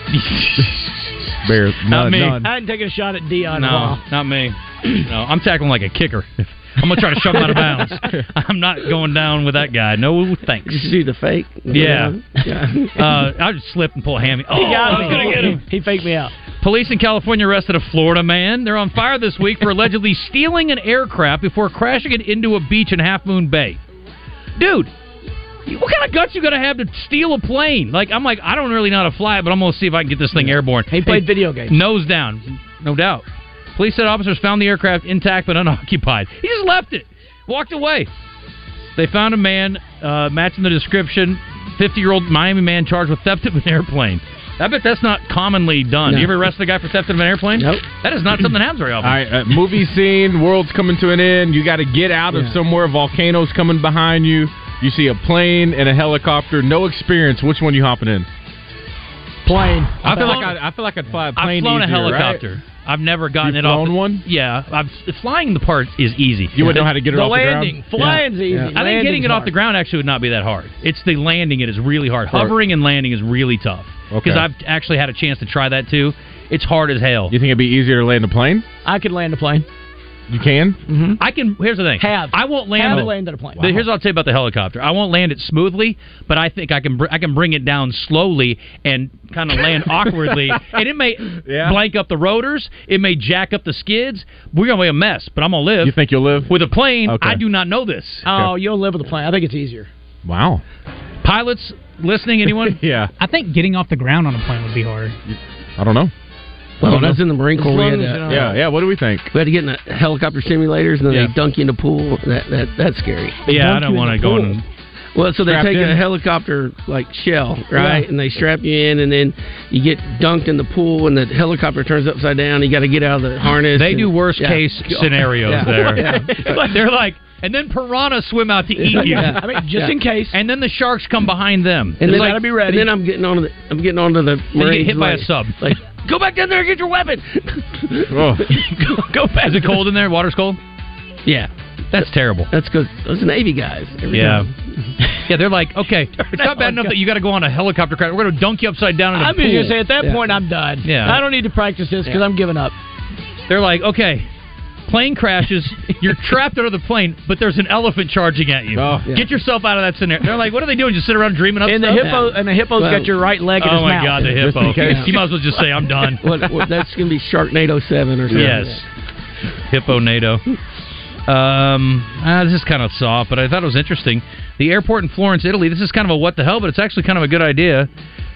Bears. Not me. I hadn't taken a shot at Deion. in a No, while. not me. No, I'm tackling like a kicker. I'm gonna try to shove him out of bounds. I'm not going down with that guy. No thanks. Did you see the fake? Yeah. Yeah. uh, I just slip and pull a hammy. Oh, he got I me. was gonna get him. He faked me out. Police in California arrested a Florida man. They're on fire this week for allegedly stealing an aircraft before crashing it into a beach in Half Moon Bay. Dude, what kind of guts you gotta have to steal a plane? Like I'm like I don't really know how to fly, it, but I'm gonna see if I can get this thing airborne. He played video games. nose down, no doubt. Police said officers found the aircraft intact but unoccupied. He just left it, walked away. They found a man uh, matching the description. 50 year old Miami man charged with theft of an airplane. I bet that's not commonly done. Do you No. ever arrest the guy for theft of an airplane? Nope. That is not something that happens very All often. right, uh, movie scene, world's coming to an end. You got to get out of somewhere. Volcanoes coming behind you. You see a plane and a helicopter. No experience. Which one you hopping in? Plane. I feel like I, I feel like I'd fly a plane. I've flown a easier, right? helicopter. I've never gotten You've it off. flown one? Yeah, I've, flying the part is easy. You wouldn't know how to get it The off landing. the ground. Flying's easy. I think getting Landing's it off hard. the ground actually would not be that hard. It's the landing it is really hard. Hard. Hovering and landing is really tough. Okay. Because I've actually had a chance to try that too. It's hard as hell. You think it'd be easier to land a plane? I could land a plane. Mm-hmm. You can. I can. Here's the thing. Have I won't land. Have the- landed a plane. the- Here's what I'll tell you about the helicopter. I won't land it smoothly, but I think I can. Br- I can bring it down slowly and kind of land awkwardly, and it may blank up the rotors. It may jack up the skids. We're gonna be a mess, but I'm gonna live. You think you'll live with a plane? Okay. I do not know this. Oh, you'll live with a plane. I think it's easier. Wow. Pilots listening? Anyone? yeah. I think getting off the ground on a plane would be hard. I don't know. Well, when I was Oh, in the Marine Corps, we had, uh, yeah, yeah. What do we think? We had to get in the helicopter simulators, and then Yeah. they dunk you in the pool. That, that that's scary. Yeah, I don't want to go in. Well, so they Strapped take in? a helicopter like shell, right? Yeah. And they strap you in, and then you get dunked in the pool, and the helicopter turns upside down. You got to get out of the harness. They and- do worst Yeah. case scenarios Yeah. there. Yeah. They're like, and then piranhas swim out to eat you. Yeah. I mean, just in case. And then the sharks come behind them. And then It's like- gotta be ready. And then I'm getting onto the I'm getting onto the Then you Marines get hit by a like- sub. Like, go back down there and get your weapon. Oh. go, back. Is it cold in there? Water's cold. Yeah, that's terrible. That's because those Navy guys. every Yeah. time. Yeah, they're like, okay, it's not bad enough that you got to go on a helicopter crash. We're going to dunk you upside down in a I'm pool. just gonna say at that point I'm done. Yeah. I don't need to practice this because Yeah. I'm giving up. They're like, okay, plane crashes. You're trapped under the plane, but there's an elephant charging at you. Oh. Yeah. Get yourself out of that scenario. They're like, what are they doing? Just sit around dreaming up And the stuff? hippo- and the hippo's got your right leg in Oh his my mouth. god, the Just in hippo! case. You might as well just say I'm done. What, what, that's gonna be Sharknado Seven or something. Yes. Hippo NATO. Um, ah, this is kind of soft, but I thought it was interesting. The airport in Florence, Italy. This is kind of a what the hell, but it's actually kind of a good idea.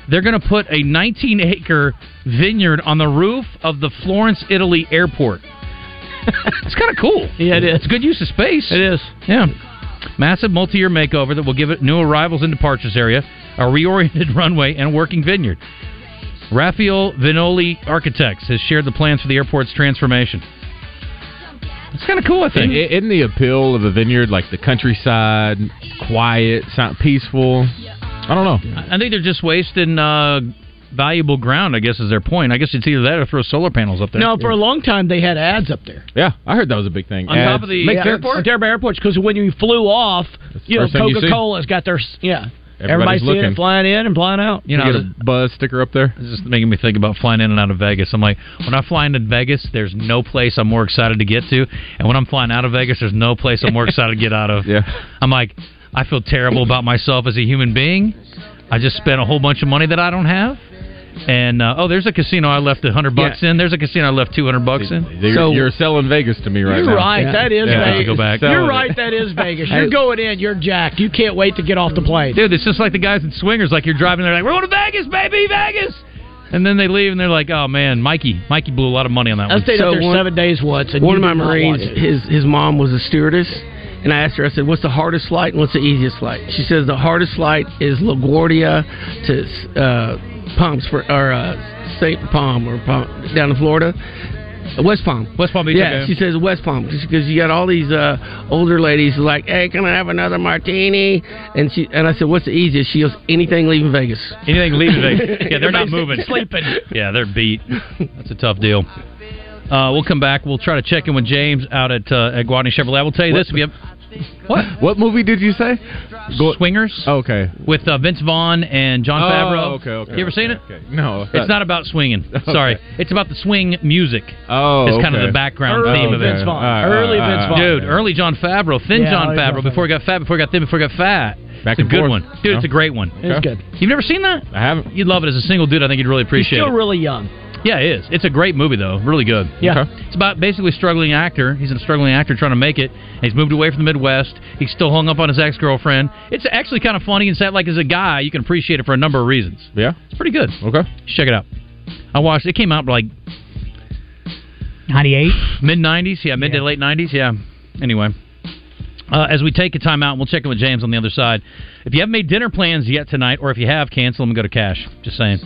They're going to put a 19 acre vineyard on the roof of the Florence, Italy airport. it's kind of cool. Yeah, it is. It's good use of space. It is. Yeah. Massive multi year makeover that will give it new arrivals and departures area, a reoriented runway, and a working vineyard. Raphael Vinoli Architects has shared the plans for the airport's transformation. It's kind of cool, I think. Isn't the appeal of a vineyard like the countryside, quiet, sound peaceful? I don't know. I I think they're just wasting uh, valuable ground. I guess is their point. I guess it's either that or throw solar panels up there. No, for a long time they had ads up there. Yeah, I heard that was a big thing. On Ads. top of the Makes yeah, sense. airport? Derby airports, because when you flew off, you know, first thing you see. Coca Cola's got their s- yeah. Everybody's Everybody's, seeing looking. it flying in and flying out. You know, Get I a- was- buzz sticker up there. It's just making me think about flying in and out of Vegas. I'm like, when I fly into Vegas, there's no place I'm more excited to get to, and when I'm flying out of Vegas, there's no place I'm more excited to get out of. Yeah. I'm like, I feel terrible about myself as a human being. I just spent a whole bunch of money that I don't have, And uh, oh, there's a casino I left hundred bucks in. There's a casino I left two hundred bucks in. You're, you're selling Vegas to me right You're now. right, that is Yeah, I have to go back. You're right. That is Vegas. You're Hey. going in. You're jacked. You can't wait to get off the plane. dude, it's just like the guys at Swingers. Like you're driving, they're like, "We're going to Vegas, baby, Vegas," and then they leave and they're like, "Oh man, Mikey, Mikey blew a lot of money on that I one." stayed up there seven days once. And One of you my did not Marines, want it. his his mom was a stewardess, and I asked her. I said, "What's the hardest flight and what's the easiest flight?" She says, "The hardest flight is LaGuardia to uh, Palm Spr- or uh, Saint Palm or Palm, down in Florida." West Palm, West Palm Beach, Yeah, okay. she says West Palm because you got all these uh, older ladies like, "Hey, can I have another martini?" And she and I said, "What's the easiest?" She goes, "Anything leaving Vegas." Anything leaving Vegas. Yeah, they're not Basically moving. sleeping. Yeah, they're beat. That's a tough deal. Uh, we'll come back. We'll try to check in with James out at uh, at Guadney Chevrolet. I will tell you this: we have what? What movie did you say? Swingers. Oh, Okay. With uh, Vince Vaughn and John Oh, Favreau. okay, okay, You ever seen okay, it? okay. No, It's not about swinging. Sorry, it's about the swing music. Oh, it's kind of okay. the background Early theme of Vince it. Vaughn. All right, Early all right, Vince all right. Vaughn. dude. Early John Favreau, thin Yeah, John early John Favreau. Before he got fat, before he got thin, before he got fat. Back it's a and good forth. one, dude. It's Yeah. a great one. It's Okay. good. You've never seen that? I haven't. You'd love it as a single dude. I think you'd really appreciate Still it. really young. Yeah, it is. It's a great movie though. Really good. Yeah. It's about basically a struggling actor. He's a struggling actor trying to make it. And he's moved away from the Midwest. He's still hung up on his ex girlfriend. It's actually kind of funny and sad. Like as a guy, you can appreciate it for a number of reasons. Yeah. It's pretty good. Okay. Check it out. I watched. It came out like ninety eight. mid nineties. Yeah, mid to late nineties. Yeah. Anyway. Uh, as we take a timeout, we'll check in with James on the other side. If you haven't made dinner plans yet tonight, or if you have, cancel them and go to cash. Just saying.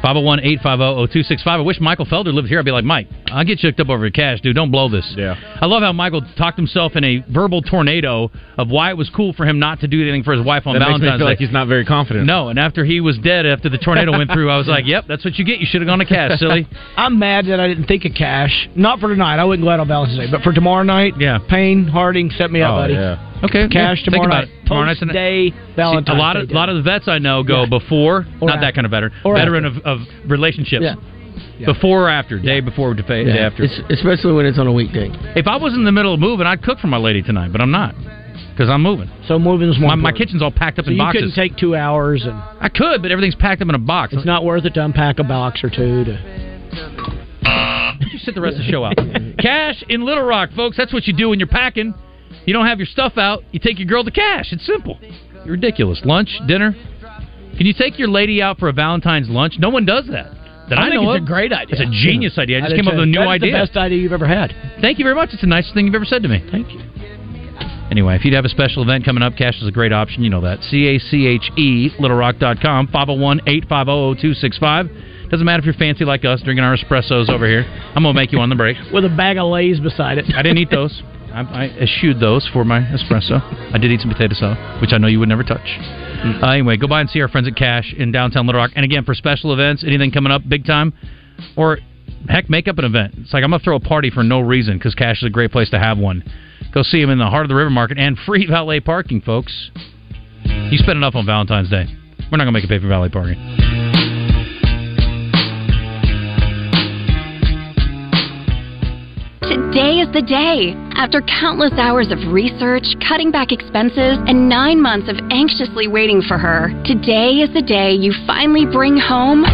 501 850 0265. I wish Michael Felder lived here. I'd be like, Mike, I'll get you hooked up over your cash, dude. Don't blow this. Yeah. I love how Michael talked himself in a verbal tornado of why it was cool for him not to do anything for his wife on That makes Valentine's me feel Day. like he's not very confident. no, and after he was dead, after the tornado went through, I was like, yep, that's what you get. You should have gone to cash, silly. I'm mad that I didn't think of cash. Not for tonight. I wouldn't go out on Valentine's Day, but for tomorrow night. Yeah. Payne Harding set me up, buddy. Cash Okay. Oh, yeah, tomorrow think about night. it. Tomorrow night's Post the night. day Valentine's See, a lot Day of dinner. lot of the vets I know go before, not that kind of veteran, Or veteran of, of relationships. Yeah. Before or after, day before, to pay, day after. It's- especially when it's on a weekday. If I was in the middle of moving, I'd cook for my lady tonight, but I'm not because I'm moving. So moving is my, my kitchen's all packed up So in you boxes. couldn't take two hours, and I could, but everything's packed up in a box. it's not worth it to unpack a box or two. To, you sit the rest of the show out. cash in Little Rock, folks. That's what you do when you're packing. You don't have your stuff out. You take your girl to cash. It's simple. Ridiculous. Lunch, dinner. Can you take your lady out for a Valentine's lunch? No one does that. That I, think know it's of. a great idea. It's a genius idea. I just do came up too. with a new That is idea. The best idea you've ever had. Thank you very much. It's the nicest thing you've ever said to me. Thank you. Anyway, if you'd have a special event coming up, cash is a great option. You know that. C A C H E, littlerock.com, 501 850 0265. Doesn't matter if you're fancy like us, drinking our espressos over here. I'm going to make you one on the break. With a bag of Lay's beside it. I didn't eat those. I, I eschewed those for my espresso. I did eat some potato salad, which I know you would never touch. Uh, anyway, go by and see our friends at Cash in downtown Little Rock. And again, for special events, anything coming up big time, or heck, make up an event. It's like I'm going to throw a party for no reason because Cash is a great place to have one. Go see him in the heart of the river market and free valet parking, folks. You spent enough on Valentine's Day. We're not going to make you pay for valet parking. Today is the day. After countless hours of research, cutting back expenses, and nine months of anxiously waiting for her, today is the day you finally bring home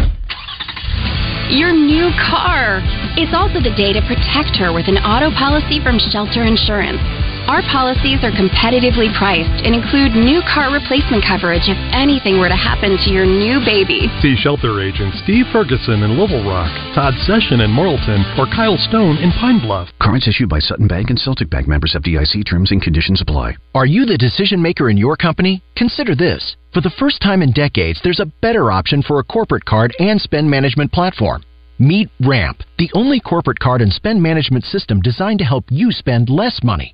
your new car. It's also the day to protect her with an auto policy from Shelter Insurance. Our policies are competitively priced and include new car replacement coverage if anything were to happen to your new baby. See shelter agents Steve Ferguson in Little Rock, Todd Session in Morrilton, or Kyle Stone in Pine Bluff. Cards issued by Sutton Bank and Celtic Bank members of DIC terms and conditions apply. Are you the decision maker in your company? Consider this. For the first time in decades, there's a better option for a corporate card and spend management platform. Meet Ramp, the only corporate card and spend management system designed to help you spend less money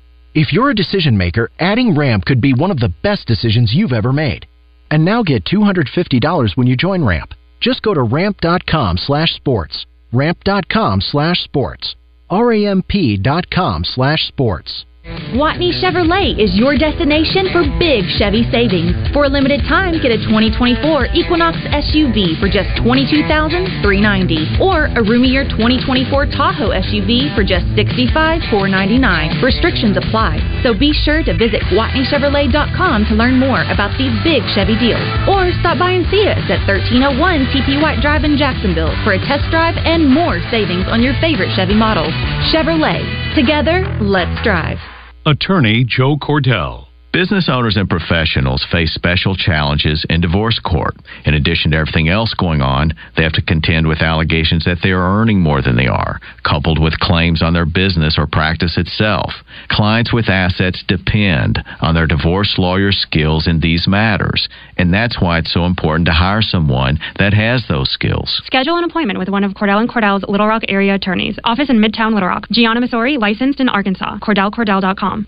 If you're a decision maker, adding Ramp could be one of the best decisions you've ever made. And now get $250 when you join Ramp. Just go to ramp.com/sports. ramp.com slash sports. ramp.com slash sports. Watney Chevrolet is your destination for big Chevy savings. For a limited time, get a 2024 Equinox SUV for just $22,390 or a roomier 2024 Tahoe SUV for just $65,499. Restrictions apply, so be sure to visit WatneyChevrolet.com to learn more about these big Chevy deals or stop by and see us at 1301 TP White Drive in Jacksonville for a test drive and more savings on your favorite Chevy models. Chevrolet, together, let's drive. Attorney Joe Cordell. Business owners and professionals face special challenges in divorce court. In addition to everything else going on, they have to contend with allegations that they are earning more than they are, coupled with claims on their business or practice itself. Clients with assets depend on their divorce lawyer's skills in these matters, and that's why it's so important to hire someone that has those skills. Schedule an appointment with one of Cordell and Cordell's Little Rock area attorneys. Office in Midtown Little Rock. Gianna Missouri, licensed in Arkansas. CordellCordell.com.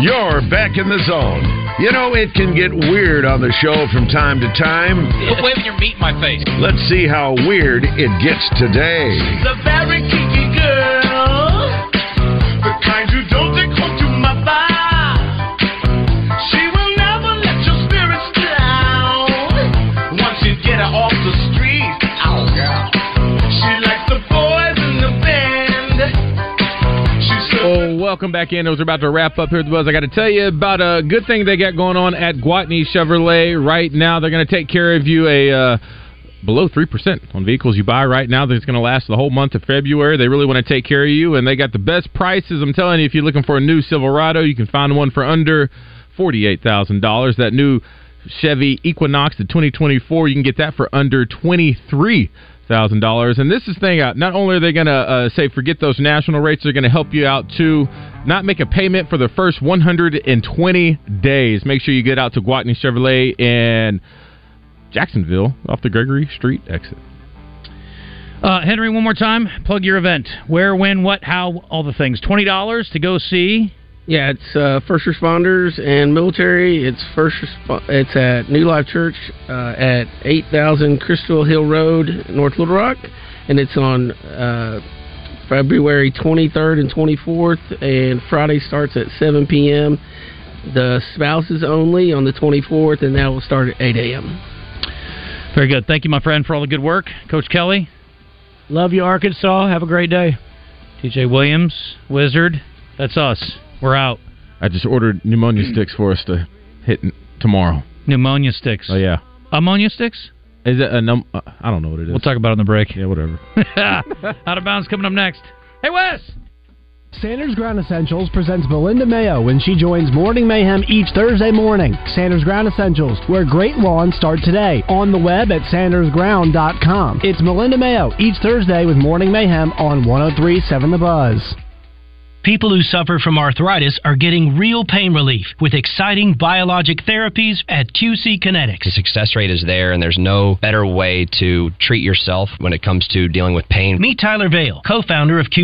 You're back in the zone. You know, it can get weird on the show from time to time. Quit waving your meat in my face. Let's see how weird it gets today. The very kinky girl, the kind who don't take home to my bar. She will never let your spirits down. Once you get her off the street, oh girl, she likes the boys in the band. Oh, welcome back in. Those are about to wrap up here at the Buzz. I got to tell you about a good thing they got going on at Guatney Chevrolet right now. They're going to take care of you a uh, below three percent on vehicles you buy right now. That's going to last the whole month of February. They really want to take care of you, and they got the best prices. I'm telling you, if you're looking for a new Silverado, you can find one for under forty-eight thousand dollars. That new Chevy Equinox, the 2024, you can get that for under twenty-three thousand dollars. And this is the thing. uh, Not only are they going to uh, say forget those national rates, they're going to help you out to not make a payment for the first 120 days. Make sure you get out to Guatney Chevrolet in Jacksonville off the Gregory Street exit. Uh, Henry, one more time. Plug your event. Where, when, what, how, all the things. Twenty dollars to go see. Yeah, it's uh, first responders and military. It's first. Resp- it's at New Life Church uh, at eight thousand Crystal Hill Road, North Little Rock, and it's on uh, February twenty third and twenty fourth. And Friday starts at seven p.m. The spouses only on the twenty fourth, and that will start at eight a.m. Very good. Thank you, my friend, for all the good work, Coach Kelly. Love you, Arkansas. Have a great day. TJ Williams, Wizard. That's us. We're out. I just ordered pneumonia sticks for us to hit n- tomorrow. Pneumonia sticks. Oh yeah. Ammonia sticks. Is it a num? uh, I don't know what it is. We'll talk about it on the break. Yeah, whatever. out of bounds coming up next. Hey, Wes. Sanders Ground Essentials presents Belinda Mayo when she joins Morning Mayhem each Thursday morning. Sanders Ground Essentials, where great lawns start today. On the web at sandersground.com. It's Melinda Mayo each Thursday with Morning Mayhem on 1037 The Buzz. People who suffer from arthritis are getting real pain relief with exciting biologic therapies at QC Kinetics. The success rate is there, and there's no better way to treat yourself when it comes to dealing with pain. Meet Tyler Vale, co founder of QC.